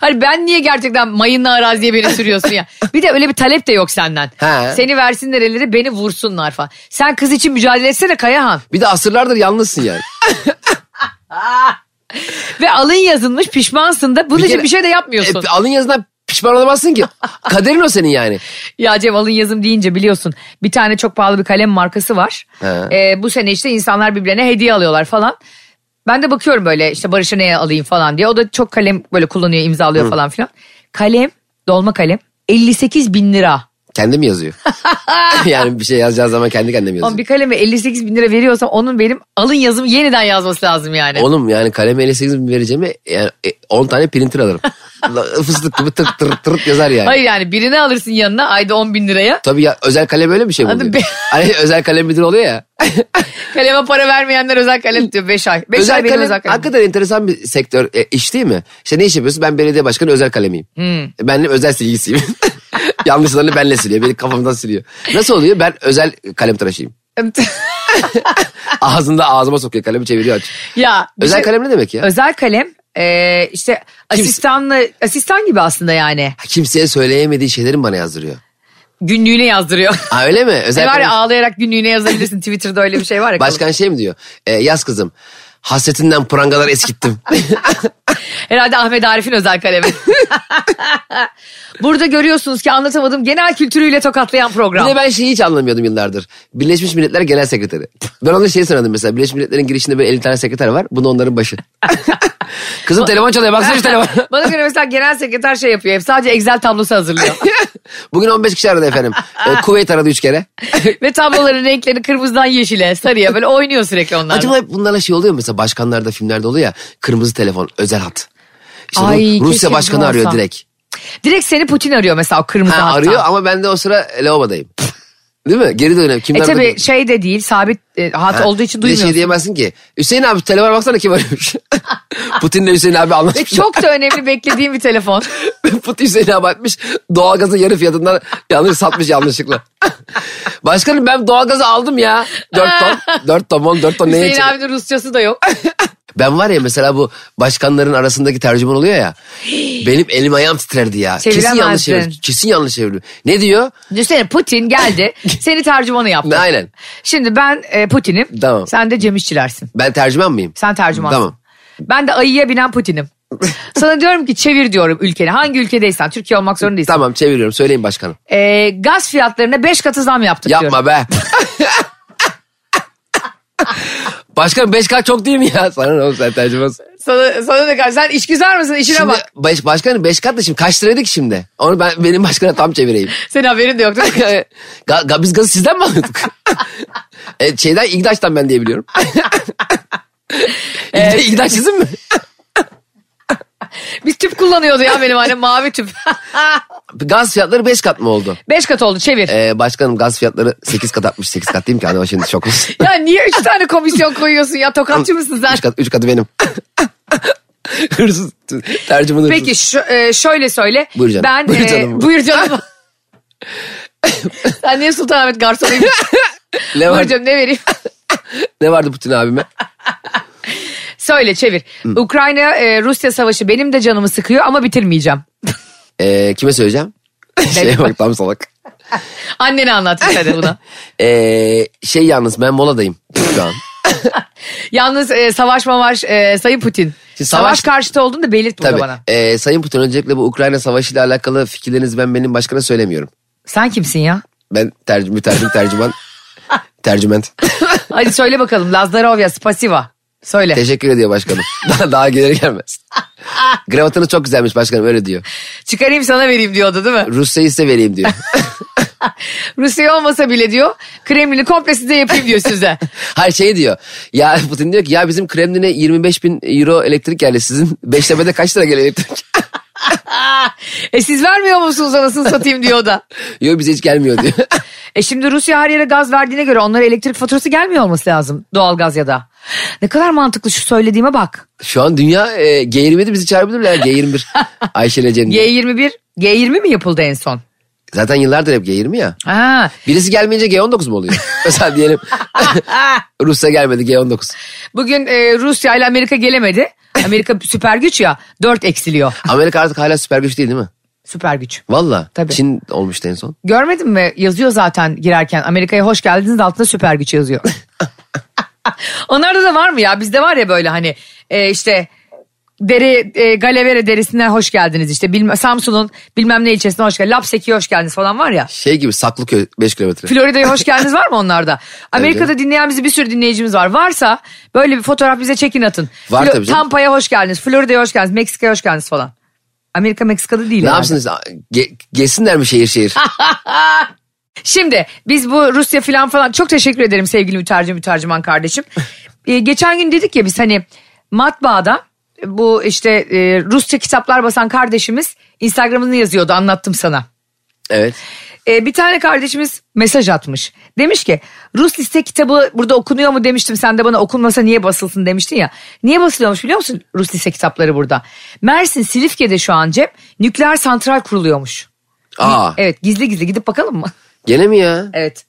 [SPEAKER 2] Hayır ben niye gerçekten mayınla araziye beni sürüyorsun ya? Bir de öyle bir talep de yok senden.
[SPEAKER 3] He.
[SPEAKER 2] Seni versinler elleri beni vursunlar falan. Sen kız için mücadele etsene Kayahan.
[SPEAKER 3] Bir de asırlardır yalnızsın yani.
[SPEAKER 2] Ve alın yazılmış pişmansın da bunun için
[SPEAKER 3] kere-
[SPEAKER 2] bir şey de yapmıyorsun.
[SPEAKER 3] E, alın yazından pişman olamazsın ki. Kaderin o senin yani.
[SPEAKER 2] Ya Cem alın yazım deyince biliyorsun bir tane çok pahalı bir kalem markası var.
[SPEAKER 3] He.
[SPEAKER 2] Ee, bu sene işte insanlar birbirlerine hediye alıyorlar falan. Ben de bakıyorum böyle işte Barış'a ne alayım falan diye. O da çok kalem böyle kullanıyor imzalıyor falan filan. Kalem dolma kalem 58 bin lira.
[SPEAKER 3] Kendim yazıyor. yani bir şey yazacağı zaman kendi kendim yazıyor.
[SPEAKER 2] Ama bir kaleme 58 bin lira veriyorsam onun benim alın yazımı yeniden yazması lazım yani.
[SPEAKER 3] Oğlum yani kaleme 58 bin vereceğime yani e, 10 tane printer alırım. La- Fıstık gibi tırt tırt tırt yazar yani.
[SPEAKER 2] Hayır yani birini alırsın yanına ayda 10 bin liraya.
[SPEAKER 3] Tabii ya özel kalem öyle bir şey
[SPEAKER 2] Hadi
[SPEAKER 3] buluyor.
[SPEAKER 2] be.
[SPEAKER 3] Hani özel kalem müdür oluyor ya.
[SPEAKER 2] Kaleme para vermeyenler özel kalem diyor 5 ay. 5 ay
[SPEAKER 3] özel
[SPEAKER 2] benim
[SPEAKER 3] kalem,
[SPEAKER 2] özel kalem.
[SPEAKER 3] hakikaten enteresan bir sektör e, iş değil mi? İşte ne iş yapıyorsun? Ben belediye başkanı özel kalemiyim.
[SPEAKER 2] Hmm.
[SPEAKER 3] E, Ben de özel silgisiyim. Yanlışlarını benle siliyor. Beni kafamdan siliyor. Nasıl oluyor? Ben özel kalem tıraşıyım. Ağzında ağzıma sokuyor kalemi çeviriyor aç.
[SPEAKER 2] ya bir
[SPEAKER 3] Özel
[SPEAKER 2] şey-
[SPEAKER 3] kalem ne demek ya?
[SPEAKER 2] Özel kalem e, işte asistanla asistan gibi aslında yani.
[SPEAKER 3] Kimseye söyleyemediği şeylerin bana yazdırıyor.
[SPEAKER 2] Günlüğüne yazdırıyor.
[SPEAKER 3] Ha öyle mi? Özel
[SPEAKER 2] Ne E, var ya
[SPEAKER 3] kalem-
[SPEAKER 2] ağlayarak günlüğüne yazabilirsin. Twitter'da öyle bir şey var ya.
[SPEAKER 3] Başkan şey mi diyor? E, yaz kızım. Hasretinden prangalar eskittim.
[SPEAKER 2] Herhalde Ahmet Arif'in özel kalemi. Burada görüyorsunuz ki anlatamadım genel kültürüyle tokatlayan
[SPEAKER 3] Bir
[SPEAKER 2] program.
[SPEAKER 3] de ben şeyi hiç anlamıyordum yıllardır. Birleşmiş Milletler Genel Sekreteri. Ben onu şey sanıyordum mesela. Birleşmiş Milletler'in girişinde böyle 50 tane sekreter var. Bu da onların başı. Kızım telefon çalıyor. Baksana şu telefon.
[SPEAKER 2] Bana göre mesela genel sekreter şey yapıyor. Hep sadece Excel tablosu hazırlıyor.
[SPEAKER 3] Bugün 15 kişi aradı efendim. Ee, Kuveyt aradı 3 kere.
[SPEAKER 2] Ve tabloların renklerini kırmızıdan yeşile, sarıya böyle oynuyor sürekli onlar.
[SPEAKER 3] Acaba hep bunlarla şey oluyor mu? Mesela başkanlarda filmlerde oluyor ya. Kırmızı telefon özel hat. İşte
[SPEAKER 2] Ay,
[SPEAKER 3] Ru-
[SPEAKER 2] keşke
[SPEAKER 3] Rusya başkanı
[SPEAKER 2] olsa.
[SPEAKER 3] arıyor direkt.
[SPEAKER 2] Direkt seni Putin arıyor mesela o kırmızı
[SPEAKER 3] Ha,
[SPEAKER 2] hattan.
[SPEAKER 3] arıyor ama ben de o sıra lavabodayım. Değil mi? Geri dönem.
[SPEAKER 2] E
[SPEAKER 3] Kimler
[SPEAKER 2] tabi şey de değil sabit e, hat
[SPEAKER 3] Ha,
[SPEAKER 2] olduğu için
[SPEAKER 3] bir de
[SPEAKER 2] duymuyorsun.
[SPEAKER 3] şey diyemezsin ki. Hüseyin abi telefona baksana kim arıyormuş. Putin'le Hüseyin abi anlaşmış.
[SPEAKER 2] Çok da önemli beklediğim bir telefon.
[SPEAKER 3] Putin Hüseyin abi atmış. Doğalgazı yarı fiyatından yanlış satmış yanlışlıkla. Başkanım ben doğalgazı aldım ya. 4 ton. 4 ton oğlum 4 ton neye
[SPEAKER 2] Hüseyin
[SPEAKER 3] yetecek?
[SPEAKER 2] abinin Rusçası da yok.
[SPEAKER 3] Ben var ya mesela bu başkanların arasındaki tercüman oluyor ya. benim elim ayağım titrerdi ya. Kesin yanlış
[SPEAKER 2] Çeviremezsin.
[SPEAKER 3] çeviriyor. Kesin yanlış çeviriyor. Ne diyor?
[SPEAKER 2] Düşünsene Putin geldi seni tercümanı yaptı.
[SPEAKER 3] Aynen.
[SPEAKER 2] Şimdi ben e, Putin'im
[SPEAKER 3] Tamam.
[SPEAKER 2] sen de Cem İşçilersin.
[SPEAKER 3] Ben tercüman mıyım?
[SPEAKER 2] Sen tercümansın.
[SPEAKER 3] Tamam.
[SPEAKER 2] Ben de ayıya binen Putin'im. Sana diyorum ki çevir diyorum ülkeni. Hangi ülkedeysen Türkiye olmak zorunda değilsin.
[SPEAKER 3] Tamam çeviriyorum. Söyleyin başkanım.
[SPEAKER 2] E, gaz fiyatlarına 5 katı zam yaptık diyorum.
[SPEAKER 3] Yapma be. Başkanım 5K çok değil mi ya? Sana ne oğlum sen tercümansın.
[SPEAKER 2] Sana, sana ne kadar sen işgüzar mısın işine
[SPEAKER 3] Şimdi
[SPEAKER 2] bak.
[SPEAKER 3] baş, başkanım 5 kat da şimdi kaç liraydı ki şimdi? Onu ben benim başkana tam çevireyim.
[SPEAKER 2] Senin haberin de yok değil mi?
[SPEAKER 3] Ga- ga- biz gazı sizden mi alıyorduk? e, şeyden İgdaş'tan ben diye biliyorum. İgda- İgdaş sizin mi?
[SPEAKER 2] Biz tüp kullanıyordu ya benim annem mavi tüp.
[SPEAKER 3] Gaz fiyatları 5 kat mı oldu?
[SPEAKER 2] 5 kat oldu çevir.
[SPEAKER 3] E, başkanım gaz fiyatları 8 kat artmış. 8 kat diyeyim ki hani o şimdi şok olsun.
[SPEAKER 2] Ya niye 3 tane komisyon koyuyorsun ya tokatçı mısın sen?
[SPEAKER 3] 3 kat, üç katı benim. hırsız. Tercüman hırsız.
[SPEAKER 2] Peki şu- e, şöyle söyle.
[SPEAKER 3] Buyur canım.
[SPEAKER 2] Ben,
[SPEAKER 3] Buyur
[SPEAKER 2] e,
[SPEAKER 3] canım.
[SPEAKER 2] buyur canım. Sen niye Sultanahmet garsonuyum?
[SPEAKER 3] Ne, var,
[SPEAKER 2] buyur canım ne vereyim?
[SPEAKER 3] ne vardı Putin abime?
[SPEAKER 2] Söyle çevir. Ukrayna e, Rusya savaşı benim de canımı sıkıyor ama bitirmeyeceğim.
[SPEAKER 3] Ee, kime söyleyeceğim? şey bak tam salak.
[SPEAKER 2] Annene anlat bir tane bunu.
[SPEAKER 3] Ee, şey yalnız ben moladayım şu an.
[SPEAKER 2] Yalnız e, savaş mavaş e, Sayın Putin.
[SPEAKER 3] Şimdi
[SPEAKER 2] savaş,
[SPEAKER 3] savaş-
[SPEAKER 2] karşıtı olduğunu da belirt burada
[SPEAKER 3] Tabii.
[SPEAKER 2] bana.
[SPEAKER 3] Ee, Sayın Putin öncelikle bu Ukrayna Savaşı ile alakalı fikirlerinizi ben benim başkana söylemiyorum.
[SPEAKER 2] Sen kimsin ya?
[SPEAKER 3] Ben tercüm, mütercim, tercüman, tercüment.
[SPEAKER 2] Hadi söyle bakalım Lazarovya Spasiva. Söyle.
[SPEAKER 3] Teşekkür ediyor başkanım. Daha, daha gelir gelmez. Gravatını çok güzelmiş başkanım öyle diyor.
[SPEAKER 2] Çıkarayım sana vereyim diyordu değil mi?
[SPEAKER 3] Rusya'yı size vereyim diyor.
[SPEAKER 2] Rusya olmasa bile diyor Kremlin'i komple size yapayım diyor size.
[SPEAKER 3] Hayır şey diyor. Ya Putin diyor ki ya bizim Kremlin'e 25 bin euro elektrik geldi. Sizin Beştepe'de kaç lira geliyor elektrik?
[SPEAKER 2] e siz vermiyor musunuz anasını satayım diyor o da.
[SPEAKER 3] Yok bize hiç gelmiyor diyor.
[SPEAKER 2] E şimdi Rusya her yere gaz verdiğine göre onlara elektrik faturası gelmiyor olması lazım doğalgaz ya da. Ne kadar mantıklı şu söylediğime bak.
[SPEAKER 3] Şu an dünya e, G20'de bizi çağırabilirler. G21 Ayşe ile Cem diyor.
[SPEAKER 2] G21, G20 mi yapıldı en son?
[SPEAKER 3] Zaten yıllardır hep G20 ya.
[SPEAKER 2] Ha,
[SPEAKER 3] Birisi gelmeyince G19 mu oluyor? Mesela diyelim Rusya gelmedi G19.
[SPEAKER 2] bugün e, Rusya ile Amerika gelemedi. Amerika süper güç ya. Dört eksiliyor.
[SPEAKER 3] Amerika artık hala süper güç değil değil mi?
[SPEAKER 2] Süper güç.
[SPEAKER 3] Valla.
[SPEAKER 2] Tabii.
[SPEAKER 3] Çin olmuştu en son.
[SPEAKER 2] Görmedin mi? Yazıyor zaten girerken. Amerika'ya hoş geldiniz de altında süper güç yazıyor. Onlarda da var mı ya? Bizde var ya böyle hani e, işte deri e, Galevere derisinden hoş geldiniz işte bilmem Samsun'un bilmem ne ilçesine hoş geldiniz. Lapseki'ye hoş geldiniz falan var ya.
[SPEAKER 3] Şey gibi Saklıköy 5 kilometre.
[SPEAKER 2] Florida'ya hoş geldiniz var mı onlarda? Amerika'da
[SPEAKER 3] canım.
[SPEAKER 2] dinleyen bizi bir sürü dinleyicimiz var. Varsa böyle bir fotoğraf bize çekin atın.
[SPEAKER 3] Var
[SPEAKER 2] Flo-
[SPEAKER 3] tabii canım.
[SPEAKER 2] Tampa'ya hoş geldiniz, Florida'ya hoş geldiniz, Meksika'ya hoş geldiniz falan. Amerika Meksika'da değil.
[SPEAKER 3] ne
[SPEAKER 2] herhalde.
[SPEAKER 3] yapsınız? Ge- gezsinler mi şehir şehir?
[SPEAKER 2] Şimdi biz bu Rusya falan falan çok teşekkür ederim sevgili mütercim mütercüman kardeşim. Ee, geçen gün dedik ya biz hani matbaada bu işte e, Rusça kitaplar basan kardeşimiz Instagram'ını yazıyordu anlattım sana.
[SPEAKER 3] evet.
[SPEAKER 2] Ee, bir tane kardeşimiz mesaj atmış. Demiş ki Rus liste kitabı burada okunuyor mu demiştim sen de bana okunmasa niye basılsın demiştin ya. Niye basılıyormuş biliyor musun Rus liste kitapları burada? Mersin Silifke'de şu an Cem nükleer santral kuruluyormuş.
[SPEAKER 3] Aa.
[SPEAKER 2] Evet gizli gizli gidip bakalım mı?
[SPEAKER 3] Gene mi ya?
[SPEAKER 2] Evet.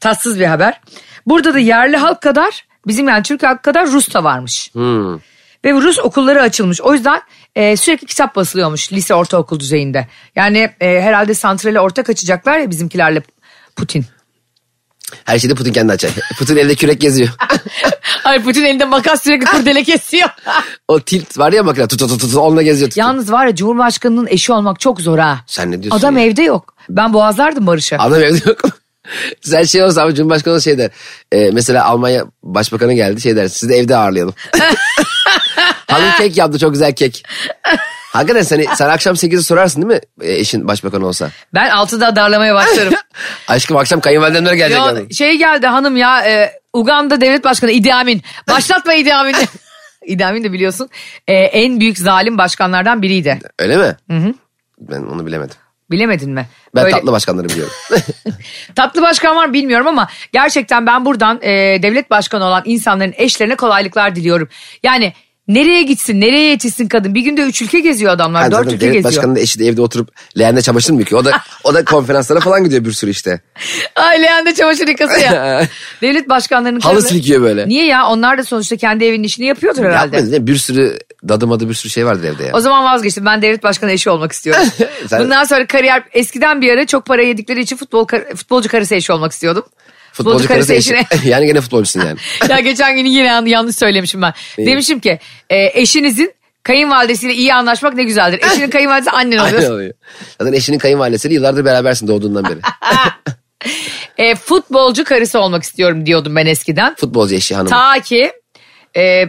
[SPEAKER 2] Tatsız bir haber. Burada da yerli halk kadar bizim yani Türk halkı kadar Rus da varmış.
[SPEAKER 3] Hmm.
[SPEAKER 2] Ve Rus okulları açılmış. O yüzden e, sürekli kitap basılıyormuş lise ortaokul düzeyinde. Yani e, herhalde santrale ortak açacaklar ya bizimkilerle Putin.
[SPEAKER 3] Her şeyde Putin kendi açar. Putin elde kürek geziyor.
[SPEAKER 2] Ay Putin elinde makas sürekli kurdele kesiyor.
[SPEAKER 3] o tilt var ya makine tut tut tut tut, onunla geziyor. Tut.
[SPEAKER 2] Yalnız var ya Cumhurbaşkanı'nın eşi olmak çok zor ha.
[SPEAKER 3] Sen ne diyorsun
[SPEAKER 2] Adam
[SPEAKER 3] ya?
[SPEAKER 2] evde yok. Ben boğazlardım Barış'ı.
[SPEAKER 3] Adam evde yok. Sen şey olsa ama Cumhurbaşkanı olsa şey der. E, mesela Almanya Başbakanı geldi şey der. Sizi de evde ağırlayalım. Hanım kek yaptı çok güzel kek. Hakikaten seni, sen akşam 8'i sorarsın değil mi? E, eşin başbakan olsa.
[SPEAKER 2] Ben altıda darlamaya başlarım.
[SPEAKER 3] Aşkım akşam kayınvalidemler gelecek.
[SPEAKER 2] Ya,
[SPEAKER 3] hanım.
[SPEAKER 2] şey geldi hanım ya e, Uganda devlet başkanı Idi Amin. Başlatma Idi Amin'i. Idi Amin de biliyorsun e, en büyük zalim başkanlardan biriydi.
[SPEAKER 3] Öyle mi? Ben onu bilemedim.
[SPEAKER 2] Bilemedin mi?
[SPEAKER 3] Ben
[SPEAKER 2] Böyle-
[SPEAKER 3] tatlı başkanları biliyorum.
[SPEAKER 2] tatlı başkan var mı bilmiyorum ama gerçekten ben buradan e, devlet başkanı olan insanların eşlerine kolaylıklar diliyorum. Yani nereye gitsin nereye yetişsin kadın bir günde üç ülke geziyor adamlar
[SPEAKER 3] Yani
[SPEAKER 2] dört
[SPEAKER 3] zaten
[SPEAKER 2] ülke
[SPEAKER 3] devlet
[SPEAKER 2] geziyor.
[SPEAKER 3] başkanı da eşi de evde oturup leğende çamaşır mı yıkıyor? O da, o da konferanslara falan gidiyor bir sürü işte.
[SPEAKER 2] Ay leğende çamaşır yıkası ya. devlet başkanlarının
[SPEAKER 3] Halı
[SPEAKER 2] karıları-
[SPEAKER 3] silkiyor böyle.
[SPEAKER 2] Niye ya onlar da sonuçta kendi evinin işini yapıyordur herhalde.
[SPEAKER 3] Yapmadın değil mi? Bir sürü dadım adı bir sürü şey vardı evde ya.
[SPEAKER 2] O zaman vazgeçtim. Ben devlet başkanı eşi olmak istiyorum.
[SPEAKER 3] Sen-
[SPEAKER 2] Bundan sonra kariyer eskiden bir ara çok para yedikleri için futbol kar- futbolcu karısı eşi olmak istiyordum.
[SPEAKER 3] Futbolcu karısı eşi. yani gene futbolcusun yani.
[SPEAKER 2] ya geçen gün yine yan- yanlış söylemişim ben. Demişim ki e, eşinizin kayınvalidesiyle iyi anlaşmak ne güzeldir. Eşinin kayınvalidesi annen
[SPEAKER 3] Aynen
[SPEAKER 2] oluyor.
[SPEAKER 3] oluyor. Zaten eşinin kayınvalidesiyle yıllardır berabersin doğduğundan beri.
[SPEAKER 2] E, futbolcu karısı olmak istiyorum diyordum ben eskiden.
[SPEAKER 3] Futbolcu eşi hanım.
[SPEAKER 2] Ta ki e,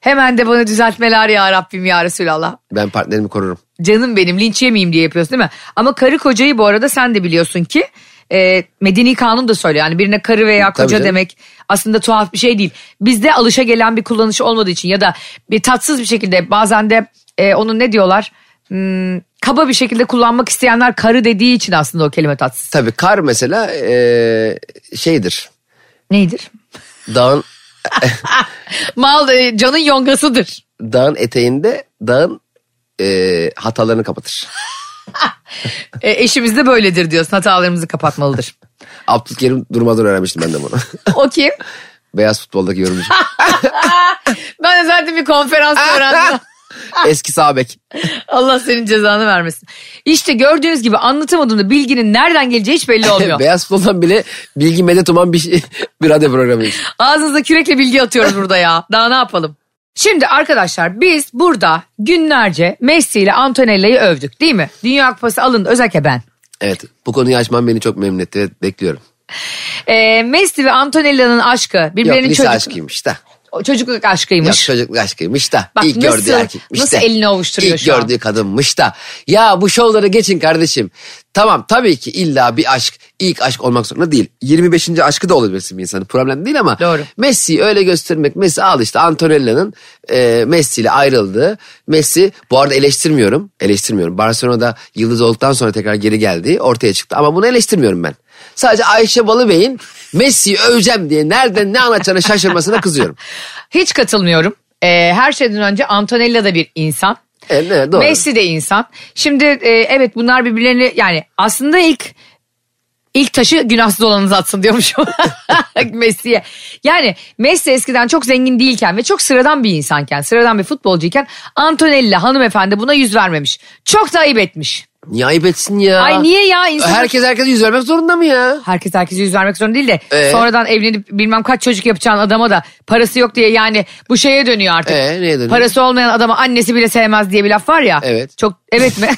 [SPEAKER 2] hemen de bana düzeltmeler ya Rabbim ya Resulallah.
[SPEAKER 3] ben partnerimi korurum.
[SPEAKER 2] canım benim linç yemeyeyim diye yapıyorsun değil mi? Ama karı kocayı bu arada sen de biliyorsun ki e, medeni kanun da söylüyor. Yani birine karı veya
[SPEAKER 3] Tabii
[SPEAKER 2] koca
[SPEAKER 3] canım.
[SPEAKER 2] demek aslında tuhaf bir şey değil. Bizde alışa gelen bir kullanış olmadığı için ya da bir tatsız bir şekilde bazen de e, onun ne diyorlar? Hmm, kaba bir şekilde kullanmak isteyenler karı dediği için aslında o kelime tatsız.
[SPEAKER 3] Tabii kar mesela e, şeydir.
[SPEAKER 2] Neydir?
[SPEAKER 3] Dağın
[SPEAKER 2] Mal e, canın yongasıdır.
[SPEAKER 3] Dağın eteğinde dağın e, hatalarını kapatır.
[SPEAKER 2] E, eşimiz de böyledir diyorsun. Hatalarımızı kapatmalıdır.
[SPEAKER 3] Abdülkerim Durmaz'dan öğrenmiştim ben de bunu.
[SPEAKER 2] O kim?
[SPEAKER 3] Beyaz futboldaki yorumcu.
[SPEAKER 2] Ben de zaten bir konferans öğrendim.
[SPEAKER 3] Eski sağ bek.
[SPEAKER 2] Allah senin cezanı vermesin. İşte gördüğünüz gibi anlatamadığımda bilginin nereden geleceği hiç belli olmuyor.
[SPEAKER 3] Beyaz futboldan bile bilgi medet uman bir, şey- bir radyo programıyız.
[SPEAKER 2] Ağzınıza kürekle bilgi atıyoruz burada ya. Daha ne yapalım? Şimdi arkadaşlar biz burada günlerce Messi ile Antonella'yı övdük değil mi? Dünya Kupası alındı özellikle ben.
[SPEAKER 3] Evet bu konuyu açman beni çok memnun etti. Evet, Bekliyorum.
[SPEAKER 2] Ee, Messi ve Antonella'nın aşkı
[SPEAKER 3] Yok
[SPEAKER 2] birbirlerinin
[SPEAKER 3] lise
[SPEAKER 2] çocuk,
[SPEAKER 3] aşkıymış da.
[SPEAKER 2] çocukluk
[SPEAKER 3] Yok
[SPEAKER 2] aşkıymış.
[SPEAKER 3] çocukluk aşkıymış da.
[SPEAKER 2] Bak
[SPEAKER 3] ilk
[SPEAKER 2] nasıl-
[SPEAKER 3] gördüğü erkekmiş
[SPEAKER 2] nasıl
[SPEAKER 3] de.
[SPEAKER 2] elini ovuşturuyor
[SPEAKER 3] İlk
[SPEAKER 2] şu an?
[SPEAKER 3] gördüğü kadınmış da. Ya bu şovlara geçin kardeşim. Tamam tabii ki illa bir aşk ilk aşk olmak zorunda değil. 25. aşkı da olabilirsin bir insanın problem değil ama.
[SPEAKER 2] Doğru.
[SPEAKER 3] Messi'yi öyle göstermek. Messi al işte Antonella'nın e, Messi ile ayrıldığı. Messi bu arada eleştirmiyorum. Eleştirmiyorum. Barcelona'da yıldız olduktan sonra tekrar geri geldi. Ortaya çıktı ama bunu eleştirmiyorum ben. Sadece Ayşe Balıbey'in Messi'yi öveceğim diye nereden ne anlatacağını şaşırmasına kızıyorum.
[SPEAKER 2] Hiç katılmıyorum. Ee, her şeyden önce Antonella da bir insan.
[SPEAKER 3] Evet, evet, E, doğru.
[SPEAKER 2] Messi de insan. Şimdi e, evet bunlar birbirlerini yani aslında ilk ilk taşı günahsız olanınız atsın diyormuşum Messi'ye. Yani Messi eskiden çok zengin değilken ve çok sıradan bir insanken, sıradan bir futbolcuyken Antonella hanımefendi buna yüz vermemiş. Çok da ayıp etmiş.
[SPEAKER 3] Niye ayıp etsin ya?
[SPEAKER 2] Ay niye ya? İnsan...
[SPEAKER 3] Herkes herkese yüz vermek zorunda mı ya?
[SPEAKER 2] herkes herkese yüz vermek zorunda değil de
[SPEAKER 3] Ee?
[SPEAKER 2] sonradan evlenip bilmem kaç çocuk yapacağın adama da parası yok diye yani bu şeye dönüyor artık.
[SPEAKER 3] Ee, neye dönüyor?
[SPEAKER 2] Parası olmayan adama annesi bile sevmez diye bir laf var ya.
[SPEAKER 3] Evet.
[SPEAKER 2] Çok evet mi?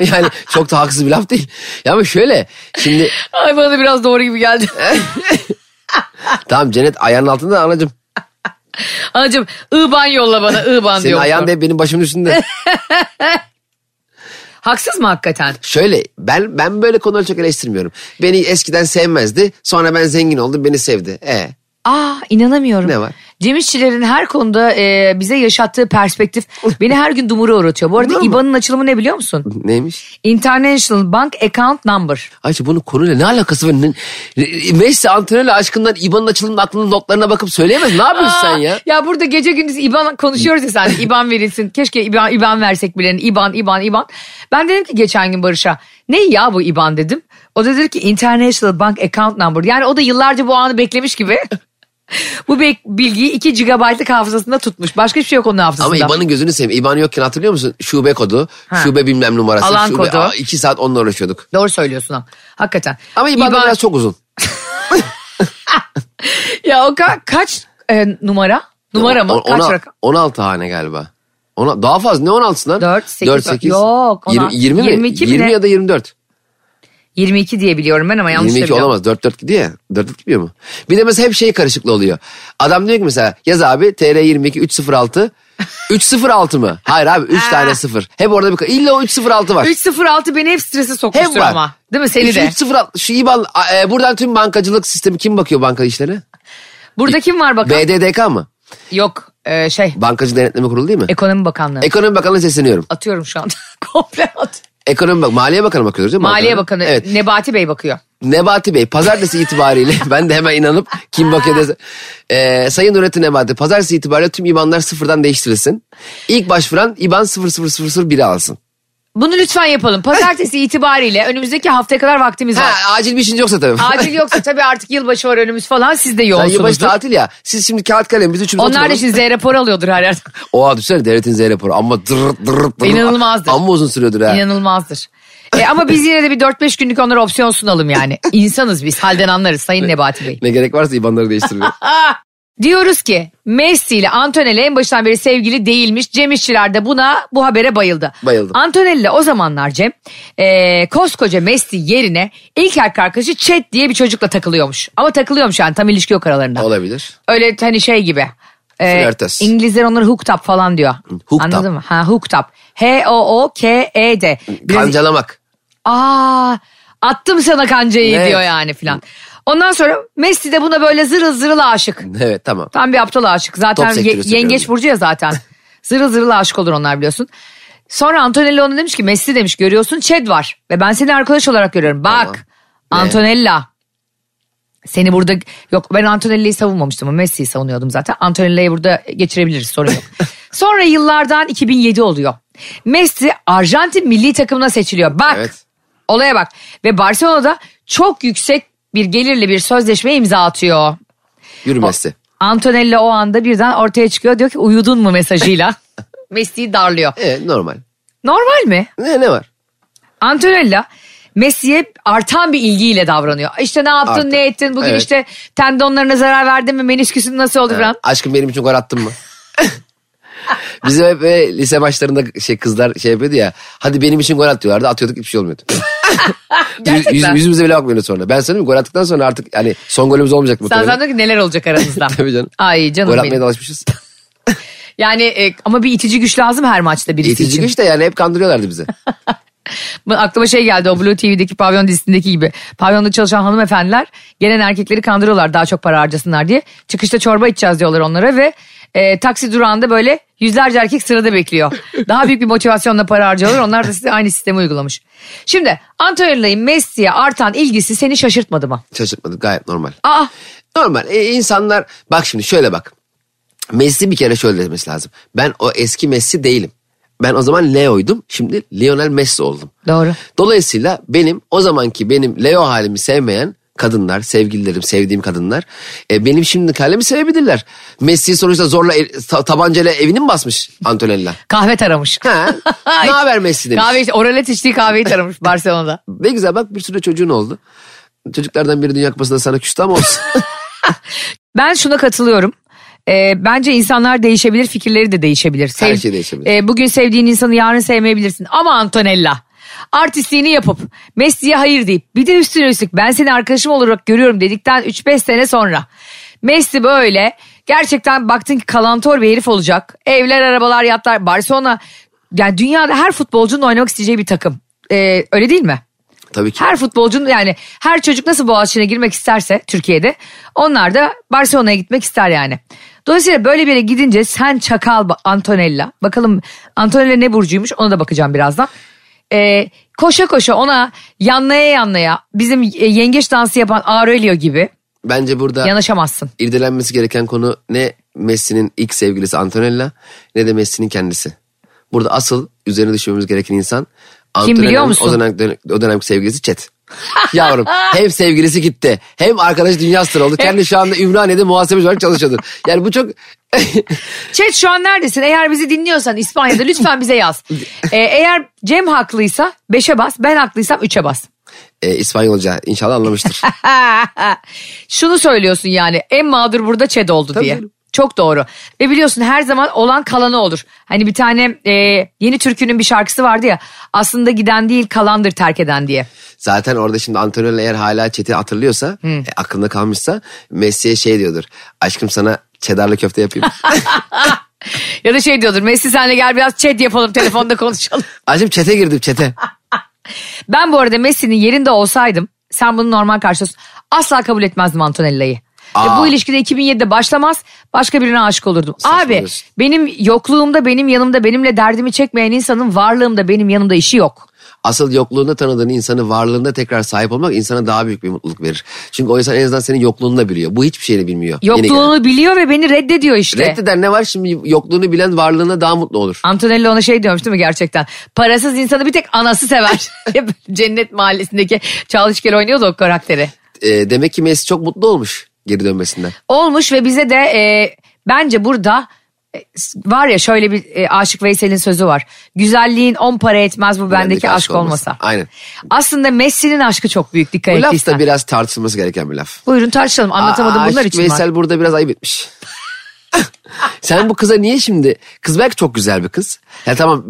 [SPEAKER 3] yani çok da haksız bir laf değil. Ya ama şöyle şimdi
[SPEAKER 2] Ay bana da biraz doğru gibi geldi.
[SPEAKER 3] tamam cennet ayağının altında anacım.
[SPEAKER 2] Anacığım ıban yolla bana ıban
[SPEAKER 3] Senin
[SPEAKER 2] diyor.
[SPEAKER 3] ayağın da hep benim başımın üstünde.
[SPEAKER 2] Haksız mı hakikaten?
[SPEAKER 3] şöyle ben ben böyle konuları çok eleştirmiyorum. Beni eskiden sevmezdi. Sonra ben zengin oldum beni sevdi. E
[SPEAKER 2] Aa inanamıyorum.
[SPEAKER 3] Ne var?
[SPEAKER 2] Cem İşçilerin her konuda e, bize yaşattığı perspektif beni her gün dumura uğratıyor. Bu arada
[SPEAKER 3] Olur mu?
[SPEAKER 2] IBAN'ın açılımı ne biliyor musun?
[SPEAKER 3] neymiş?
[SPEAKER 2] International Bank Account Number.
[SPEAKER 3] Ayşe bunun konuyla ne alakası var? Ne- Messi antrenörle aşkından İban'ın açılımının aklının notlarına bakıp söyleyemez. Ne yapıyorsun sen ya?
[SPEAKER 2] Ya burada gece gündüz IBAN konuşuyoruz ya sen. İBAN verilsin. Keşke İBAN, İBAN versek birilerine. İBAN, İBAN, İBAN. Ben dedim ki geçen gün Barış'a ne ya bu İBAN dedim. O da dedi ki International Bank Account Number. Yani o da yıllarca bu anı beklemiş gibi. bu bek- bilgiyi 2 GB'lık hafızasında tutmuş. Başka hiçbir şey yok onun hafızasında.
[SPEAKER 3] Ama İban'ın gözünü seveyim. İban yokken hatırlıyor musun? Şube kodu,
[SPEAKER 2] Ha.
[SPEAKER 3] şube bilmem numarası.
[SPEAKER 2] Alan
[SPEAKER 3] şube,
[SPEAKER 2] kodu.
[SPEAKER 3] Aa, iki saat onunla uğraşıyorduk.
[SPEAKER 2] Doğru söylüyorsun ama. Hakikaten.
[SPEAKER 3] Ama İban'da biraz çok uzun.
[SPEAKER 2] Ya o ka- kaç e, numara? Numara mı?
[SPEAKER 3] On-
[SPEAKER 2] kaç
[SPEAKER 3] ona-
[SPEAKER 2] rakam?
[SPEAKER 3] 16 hane galiba. Ona, daha fazla ne 16'sı lan?
[SPEAKER 2] Dört, sekiz,
[SPEAKER 3] Dört, sekiz.
[SPEAKER 2] yok,
[SPEAKER 3] Yirmi-
[SPEAKER 2] ona-
[SPEAKER 3] 20, mi?
[SPEAKER 2] 22 mi
[SPEAKER 3] 20
[SPEAKER 2] ne?
[SPEAKER 3] ya da 24.
[SPEAKER 2] 22 diye biliyorum ben ama yanlış
[SPEAKER 3] 22
[SPEAKER 2] da biliyorum.
[SPEAKER 3] olamaz. 4 4 gidiyor ya. 4 4 gitmiyor mu? Bir de mesela hep şey karışıklı oluyor. Adam diyor ki mesela yaz abi TR 22 306 306 mı? Hayır abi 3 tane 0. Hep orada bir ka- illa o 306 var.
[SPEAKER 2] 306 beni hep strese sokmuştur
[SPEAKER 3] Hem var.
[SPEAKER 2] ama. Değil mi seni
[SPEAKER 3] Üç-
[SPEAKER 2] de?
[SPEAKER 3] 306 şu İBAN a- e, buradan tüm bankacılık sistemi kim bakıyor banka işlerine?
[SPEAKER 2] Burada kim var bakan?
[SPEAKER 3] BDDK mı?
[SPEAKER 2] Yok e, şey
[SPEAKER 3] Bankacı Denetleme Kurulu değil mi?
[SPEAKER 2] ekonomi bakanlığı.
[SPEAKER 3] Ekonomi Bakanlığı'na sesleniyorum.
[SPEAKER 2] Atıyorum şu anda. Komple at.
[SPEAKER 3] Ekonomi Bak Maliye Bakanı bakıyoruz değil mi?
[SPEAKER 2] Maliye
[SPEAKER 3] Bankana?
[SPEAKER 2] Bakanı
[SPEAKER 3] Evet.
[SPEAKER 2] Nebati Bey bakıyor.
[SPEAKER 3] Nebati Bey pazartesi itibariyle ben de hemen inanıp kim bakıyor dese- Ee, Sayın Nurettin Nebati pazartesi itibariyle tüm IBAN'lar sıfırdan değiştirilsin. İlk başvuran IBAN 000001 alsın.
[SPEAKER 2] Bunu lütfen yapalım. Pazartesi itibariyle önümüzdeki haftaya kadar vaktimiz var.
[SPEAKER 3] Ha, acil bir işin yoksa tabii.
[SPEAKER 2] Acil yoksa tabii artık yılbaşı var önümüz falan siz de
[SPEAKER 3] Sen yılbaşı
[SPEAKER 2] yoğunsunuzdur.
[SPEAKER 3] tatil ya. Siz şimdi kağıt kalem biz üçümüz
[SPEAKER 2] Onlar da
[SPEAKER 3] oturalım.
[SPEAKER 2] şimdi Z raporu alıyordur her yerde.
[SPEAKER 3] Oha düşünsene devletin Z raporu ama dırırt dırırt dırırt.
[SPEAKER 2] İnanılmazdır.
[SPEAKER 3] Amma uzun sürüyordur ha.
[SPEAKER 2] İnanılmazdır. E, ama biz yine de bir 4-5 günlük onlara opsiyon sunalım yani. İnsanız biz halden anlarız Sayın Nebati Bey.
[SPEAKER 3] ne gerek varsa IBAN'ları değiştirmeye.
[SPEAKER 2] Diyoruz ki Messi ile Antonella en baştan beri sevgili değilmiş. Cem İşçiler de buna bu habere bayıldı.
[SPEAKER 3] Bayıldı.
[SPEAKER 2] Antonella o zamanlar Cem e, koskoca Messi yerine ilk erkek arkadaşı Chet diye bir çocukla takılıyormuş. Ama takılıyormuş yani tam ilişki yok aralarında.
[SPEAKER 3] Olabilir.
[SPEAKER 2] Öyle hani şey gibi. e,
[SPEAKER 3] Flörtöz.
[SPEAKER 2] İngilizler onları hooked up falan diyor.
[SPEAKER 3] Hooked
[SPEAKER 2] Anladın
[SPEAKER 3] up.
[SPEAKER 2] mı? Ha hooked up. H-O-O-K-E-D. E Biraz-
[SPEAKER 3] Kancalamak.
[SPEAKER 2] Aa attım sana kancayı
[SPEAKER 3] Evet.
[SPEAKER 2] diyor yani filan. Ondan sonra Messi de buna böyle zırıl zırıl aşık.
[SPEAKER 3] Evet tamam.
[SPEAKER 2] Tam bir aptal aşık. Zaten
[SPEAKER 3] Top
[SPEAKER 2] ye-
[SPEAKER 3] sektiriyorsun
[SPEAKER 2] yengeç
[SPEAKER 3] diyorum.
[SPEAKER 2] burcu ya zaten. zırıl zırıl aşık olur onlar biliyorsun. Sonra Antonella ona demiş ki Messi demiş görüyorsun Chad var. Ve ben seni arkadaş olarak görüyorum. Bak
[SPEAKER 3] Tamam.
[SPEAKER 2] Antonella. Seni burada yok ben Antonelli'yi savunmamıştım ama Messi'yi savunuyordum zaten. Antonelli'yi burada geçirebiliriz sorun yok. Sonra yıllardan 2007 oluyor. Messi Arjantin milli takımına seçiliyor. Bak
[SPEAKER 3] Evet.
[SPEAKER 2] olaya bak. Ve Barcelona'da çok yüksek bir gelirli bir sözleşme imza atıyor.
[SPEAKER 3] Yürümesi.
[SPEAKER 2] Antonelli o anda birden ortaya çıkıyor diyor ki uyudun mu mesajıyla. Messi'yi darlıyor.
[SPEAKER 3] Evet E, normal.
[SPEAKER 2] Normal mi?
[SPEAKER 3] Ne, ne var?
[SPEAKER 2] Antonella Messi'ye artan bir ilgiyle davranıyor. İşte ne yaptın
[SPEAKER 3] Artan.
[SPEAKER 2] ne ettin bugün
[SPEAKER 3] Evet.
[SPEAKER 2] işte tendonlarına zarar verdin mi menisküsün nasıl oldu falan.
[SPEAKER 3] Aşkım benim için gol attın mı? Bizim hep e, lise maçlarında şey kızlar şey yapıyordu ya. Hadi benim için gol at diyorlardı. Atıyorduk hiçbir şey olmuyordu. Yüz- yüz-
[SPEAKER 2] Gerçekten.
[SPEAKER 3] yüzümüze bile bakmıyordu sonra. Ben sanırım gol attıktan sonra artık hani son golümüz olmayacak mı?
[SPEAKER 2] Sen sandın ki neler olacak aranızda.
[SPEAKER 3] Tabii canım.
[SPEAKER 2] Ay
[SPEAKER 3] Gol
[SPEAKER 2] canım
[SPEAKER 3] atmaya da
[SPEAKER 2] benim.
[SPEAKER 3] alışmışız.
[SPEAKER 2] Yani e, ama bir itici güç lazım her maçta birisi
[SPEAKER 3] İtici
[SPEAKER 2] için.
[SPEAKER 3] güç de yani hep kandırıyorlardı bizi.
[SPEAKER 2] Bu- Aklıma şey geldi o Blue TV'deki pavyon dizisindeki gibi. Pavyonda çalışan hanımefendiler gelen erkekleri kandırıyorlar daha çok para harcasınlar diye. Çıkışta çorba içeceğiz diyorlar onlara ve e, taksi durağında böyle yüzlerce erkek sırada bekliyor. Daha büyük bir motivasyonla para harcıyorlar. Onlar da size aynı sistemi uygulamış. Şimdi Antonio'nun Messi'ye artan ilgisi seni şaşırtmadı mı?
[SPEAKER 3] Şaşırtmadı gayet normal.
[SPEAKER 2] Aa
[SPEAKER 3] Normal. E, insanlar bak şimdi şöyle bak. Messi bir kere şöyle demesi lazım. Ben o eski Messi değilim. Ben o zaman Leo'ydum. Şimdi Lionel Messi oldum.
[SPEAKER 2] Doğru.
[SPEAKER 3] Dolayısıyla benim o zamanki benim Leo halimi sevmeyen kadınlar, sevgililerim, sevdiğim kadınlar e, benim şimdiki halimi sevebilirler. Messi sonuçta zorla el- ta- tabancayla evini mi basmış Antonella?
[SPEAKER 2] kahve taramış.
[SPEAKER 3] Ha? ne haber Messi demiş.
[SPEAKER 2] Kahve, oralet içtiği kahveyi taramış Barcelona'da.
[SPEAKER 3] Ne güzel bak bir sürü çocuğun oldu. Çocuklardan biri Dünya Kupası'nda sana küstü ama olsun.
[SPEAKER 2] Ben şuna katılıyorum. Ee, bence insanlar değişebilir, fikirleri de değişebilir. Sev-
[SPEAKER 3] Her şey değişebilir.
[SPEAKER 2] Ee, bugün sevdiğin insanı yarın sevmeyebilirsin. Ama Antonella artistliğini yapıp Messi'ye hayır deyip bir de üstüne üstlük ben seni arkadaşım olarak görüyorum dedikten 3-5 sene sonra Messi böyle gerçekten baktın ki kalantor bir herif olacak. Evler, arabalar, yatlar, Barcelona yani dünyada her futbolcunun oynamak isteyeceği bir takım. Ee, öyle değil mi?
[SPEAKER 3] Tabii ki.
[SPEAKER 2] Her futbolcunun yani her çocuk nasıl Boğaziçi'ne girmek isterse Türkiye'de onlar da Barcelona'ya gitmek ister yani. Dolayısıyla böyle bir yere gidince sen çakal ba- Antonella. Bakalım Antonella ne burcuymuş ona da bakacağım birazdan. Ee, koşa koşa ona yanlaya yanlaya bizim e, yengeç dansı yapan Aurelio gibi
[SPEAKER 3] Bence burada
[SPEAKER 2] yanaşamazsın.
[SPEAKER 3] irdelenmesi gereken konu ne Messi'nin ilk sevgilisi Antonella ne de Messi'nin kendisi. Burada asıl üzerine düşmemiz gereken insan Antonella'nın
[SPEAKER 2] biliyor musun?
[SPEAKER 3] O, dönem, dön- o dönemki sevgilisi Chet. Yavrum hem sevgilisi gitti hem arkadaş dünya sırrı oldu. Kendi şu anda Ümraniye'de muhasebeci olarak çalışıyordur. Yani bu çok
[SPEAKER 2] Chat şu an neredesin? Eğer bizi dinliyorsan İspanya'da lütfen bize yaz. Ee, eğer Cem haklıysa 5'e bas ben haklıysam 3'e bas.
[SPEAKER 3] e, İspanyolca inşallah anlamıştır.
[SPEAKER 2] Şunu söylüyorsun yani en mağdur burada ÇED oldu diye.
[SPEAKER 3] canım.
[SPEAKER 2] Çok doğru. Ve biliyorsun her zaman olan kalanı olur. Hani bir tane e, yeni türkünün bir şarkısı vardı ya. Aslında giden değil kalandır terk eden diye.
[SPEAKER 3] Zaten orada şimdi Antonella eğer hala Chet'i hatırlıyorsa e, aklında kalmışsa Messi'ye şey diyordur. Aşkım sana çedarlı köfte yapayım.
[SPEAKER 2] Ya da şey diyordur Messi senle gel biraz ÇED yapalım telefonda konuşalım.
[SPEAKER 3] Aşkım çete girdim çete.
[SPEAKER 2] ben bu arada Messi'nin yerinde olsaydım sen bunu normal karşılıyorsun. Asla kabul etmezdim Antonella'yı. Ve
[SPEAKER 3] Aa.
[SPEAKER 2] bu ilişkide 2007'de başlamaz başka birine aşık olurdum. Abi
[SPEAKER 3] Saçmalıyorsun.
[SPEAKER 2] benim yokluğumda benim yanımda benimle derdimi çekmeyen insanın varlığımda benim yanımda işi yok.
[SPEAKER 3] Asıl yokluğunda tanıdığın insanı varlığında tekrar sahip olmak insana daha büyük bir mutluluk verir. Çünkü o insan en azından senin yokluğunu da biliyor. Bu hiçbir şeyini bilmiyor. Yeni gelen.
[SPEAKER 2] Yokluğunu biliyor ve beni reddediyor işte.
[SPEAKER 3] Reddeden ne var şimdi yokluğunu bilen varlığına daha mutlu olur.
[SPEAKER 2] Antonelli ona şey diyormuş değil mi gerçekten? Parasız insanı bir tek anası sever. Hep Cennet mahallesindeki Çalışkel oynuyordu o karakteri.
[SPEAKER 3] Ee, demek ki Messi çok mutlu olmuş geri dönmesinden.
[SPEAKER 2] Olmuş ve bize de e, bence burada e, s- var ya şöyle bir e, Aşık Veysel'in sözü var. Güzelliğin on para etmez bu bendeki, aşk, olmasa.
[SPEAKER 3] Aynen.
[SPEAKER 2] Aslında Messi'nin aşkı çok büyük dikkat
[SPEAKER 3] Bu laf da
[SPEAKER 2] ettiysen.
[SPEAKER 3] biraz tartışılması gereken bir laf.
[SPEAKER 2] Buyurun tartışalım anlatamadım
[SPEAKER 3] Aa,
[SPEAKER 2] bunlar
[SPEAKER 3] Aşık
[SPEAKER 2] için var.
[SPEAKER 3] Veysel burada biraz ayıp etmiş. Sen bu kıza niye şimdi? Kız belki çok güzel bir kız. Ya tamam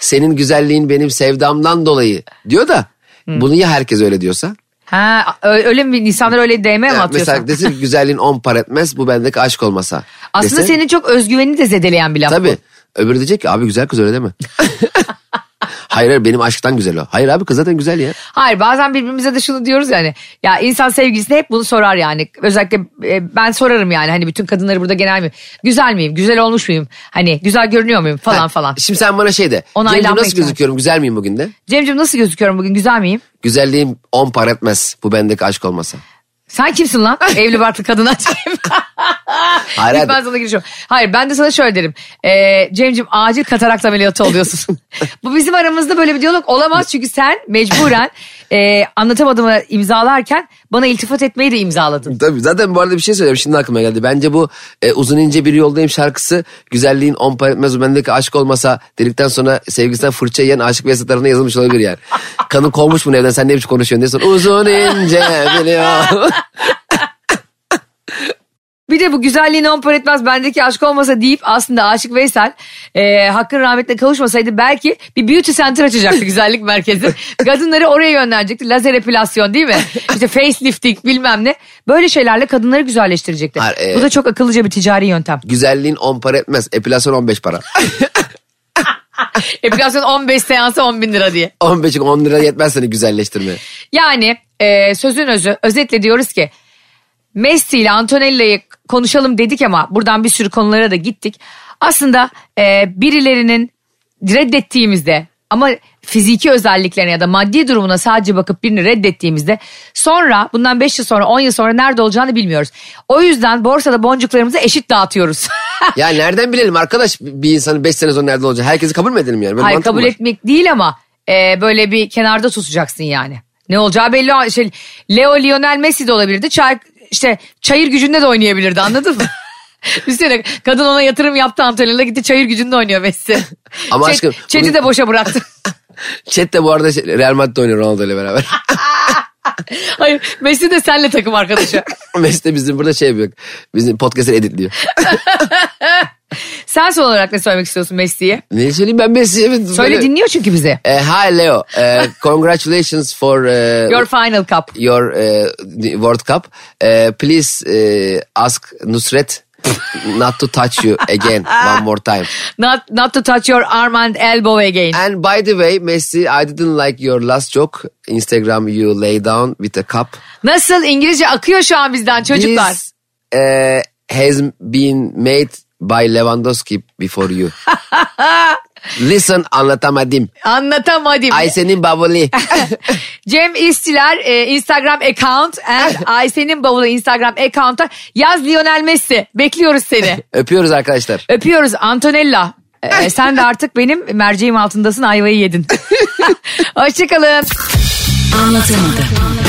[SPEAKER 3] senin güzelliğin benim sevdamdan dolayı diyor da bunu ya herkes öyle diyorsa?
[SPEAKER 2] Ha, ö- öyle mi insanlar öyle değme mi
[SPEAKER 3] Ya
[SPEAKER 2] atıyorsun?
[SPEAKER 3] Mesela desin ki güzelliğin 10 para etmez bu bendeki aşk olmasa.
[SPEAKER 2] Aslında
[SPEAKER 3] Dese,
[SPEAKER 2] senin çok özgüvenini de zedeleyen bir laf.
[SPEAKER 3] Tabii. Öbürü diyecek ki abi güzel kız öyle deme. hayır hayır benim aşktan güzel o. Hayır abi kız zaten güzel ya.
[SPEAKER 2] Hayır bazen birbirimize de şunu diyoruz yani. Ya insan sevgilisine hep bunu sorar yani. Özellikle e, ben sorarım yani hani bütün kadınları burada genel mi? Güzel miyim? Güzel olmuş muyum? Hani güzel görünüyor muyum falan
[SPEAKER 3] Ha,
[SPEAKER 2] falan.
[SPEAKER 3] Şimdi sen bana şey de.
[SPEAKER 2] Onaylanma
[SPEAKER 3] Cemciğim nasıl
[SPEAKER 2] ihtiyacı.
[SPEAKER 3] gözüküyorum güzel miyim bugün de?
[SPEAKER 2] Cemcim nasıl gözüküyorum bugün? Güzel miyim?
[SPEAKER 3] Güzelliğim 10 para etmez bu bendeki aşk olmasa.
[SPEAKER 2] Sen kimsin lan? Evli barklı kadın açayım.
[SPEAKER 3] Hayır,
[SPEAKER 2] Hayır, ben
[SPEAKER 3] hayır.
[SPEAKER 2] sana girişiyorum. Hayır ben de sana şöyle derim. Ee, Cem'cim acil katarakt ameliyatı oluyorsun. Bu bizim aramızda böyle bir diyalog olamaz. Çünkü sen mecburen e, anlatamadığımı imzalarken bana iltifat etmeyi de imzaladın.
[SPEAKER 3] Tabii zaten bu arada bir şey söyleyeyim şimdi aklıma geldi. Bence bu e, uzun ince bir yoldayım şarkısı güzelliğin on par etmez bendeki aşk olmasa dedikten sonra sevgilisinden fırça yiyen aşık Veysel tarafından yazılmış olabilir yani. Kanın kovmuş mu evden sen ne biçim konuşuyorsun diye sonra uzun ince biliyor.
[SPEAKER 2] Bir de bu güzelliğini on par etmez bendeki aşk olmasa deyip aslında Aşık Veysel e, hakkın rahmetine kavuşmasaydı belki bir beauty center açacaktı güzellik merkezi. Kadınları oraya yönlendirecekti. Lazer epilasyon değil mi? İşte facelifting bilmem ne. Böyle şeylerle kadınları güzelleştirecekti.
[SPEAKER 3] Hayır, e-
[SPEAKER 2] Bu da çok akıllıca bir ticari yöntem.
[SPEAKER 3] güzelliğin on para etmez epilasyon 15 para.
[SPEAKER 2] Epilasyon 15 seansı 10 bin lira diye.
[SPEAKER 3] 15'in 10 lira yetmez seni güzelleştirmeye.
[SPEAKER 2] Yani e, sözün özü özetle diyoruz ki Messi ile Antonella'yı konuşalım dedik ama buradan bir sürü konulara da gittik. Aslında e, birilerinin reddettiğimizde ama fiziki özelliklerine ya da maddi durumuna sadece bakıp birini reddettiğimizde sonra bundan 5 yıl sonra 10 yıl sonra nerede olacağını bilmiyoruz. O yüzden borsada boncuklarımızı eşit dağıtıyoruz.
[SPEAKER 3] Ya nereden bilelim arkadaş bir insanın 5 sene sonra nerede olacağı? Herkesi kabul mü edelim yani? Böyle
[SPEAKER 2] Hayır
[SPEAKER 3] mantık mı
[SPEAKER 2] kabul
[SPEAKER 3] var?
[SPEAKER 2] etmek değil ama e, böyle bir kenarda tutacaksın yani. Ne olacağı belli. Şey, Leo Lionel Messi de olabilirdi. Çay, işte çayır gücünde de oynayabilirdi anladın mı? Üstelik kadın ona yatırım yaptı Antalya'da gitti çayır gücünde oynuyor Messi.
[SPEAKER 3] Ama
[SPEAKER 2] Çet-
[SPEAKER 3] aşkım,
[SPEAKER 2] Çet'i
[SPEAKER 3] bunu-
[SPEAKER 2] de boşa bıraktı.
[SPEAKER 3] Chat de bu arada şey, Real Madrid oynuyor Ronaldo ile beraber.
[SPEAKER 2] Hayır Messi de senle takım arkadaşı.
[SPEAKER 3] Mesut de bizim burada şey yapıyor. Bizim podcast'ı editliyor.
[SPEAKER 2] Sen son olarak ne söylemek istiyorsun Messi'ye?
[SPEAKER 3] Ne söyleyeyim ben Messi'ye mi?
[SPEAKER 2] Söyle
[SPEAKER 3] Böyle-
[SPEAKER 2] dinliyor çünkü bizi.
[SPEAKER 3] Eh, hi Leo. Eh, congratulations for eh,
[SPEAKER 2] Your final cup.
[SPEAKER 3] your, eh, the World Cup. Eh, please eh, ask Nusret not to touch you again one more time.
[SPEAKER 2] Not, not to touch your arm and elbow again.
[SPEAKER 3] And by the way Messi I didn't like your last joke. Instagram you lay down with a cup.
[SPEAKER 2] Nasıl İngilizce akıyor şu an bizden çocuklar.
[SPEAKER 3] This eh, has been made by Lewandowski before you. Listen anlatamadım.
[SPEAKER 2] Anlatamadım.
[SPEAKER 3] Ayşe'nin baboli.
[SPEAKER 2] Cem İstiler e, Instagram account and Ayşe'nin bavulu Instagram account'a yaz Lionel Messi. Bekliyoruz seni.
[SPEAKER 3] Öpüyoruz arkadaşlar.
[SPEAKER 2] Öpüyoruz Antonella. E, sen de artık benim merceğim altındasın ayvayı yedin. Hoşçakalın.
[SPEAKER 4] Anlatamadım.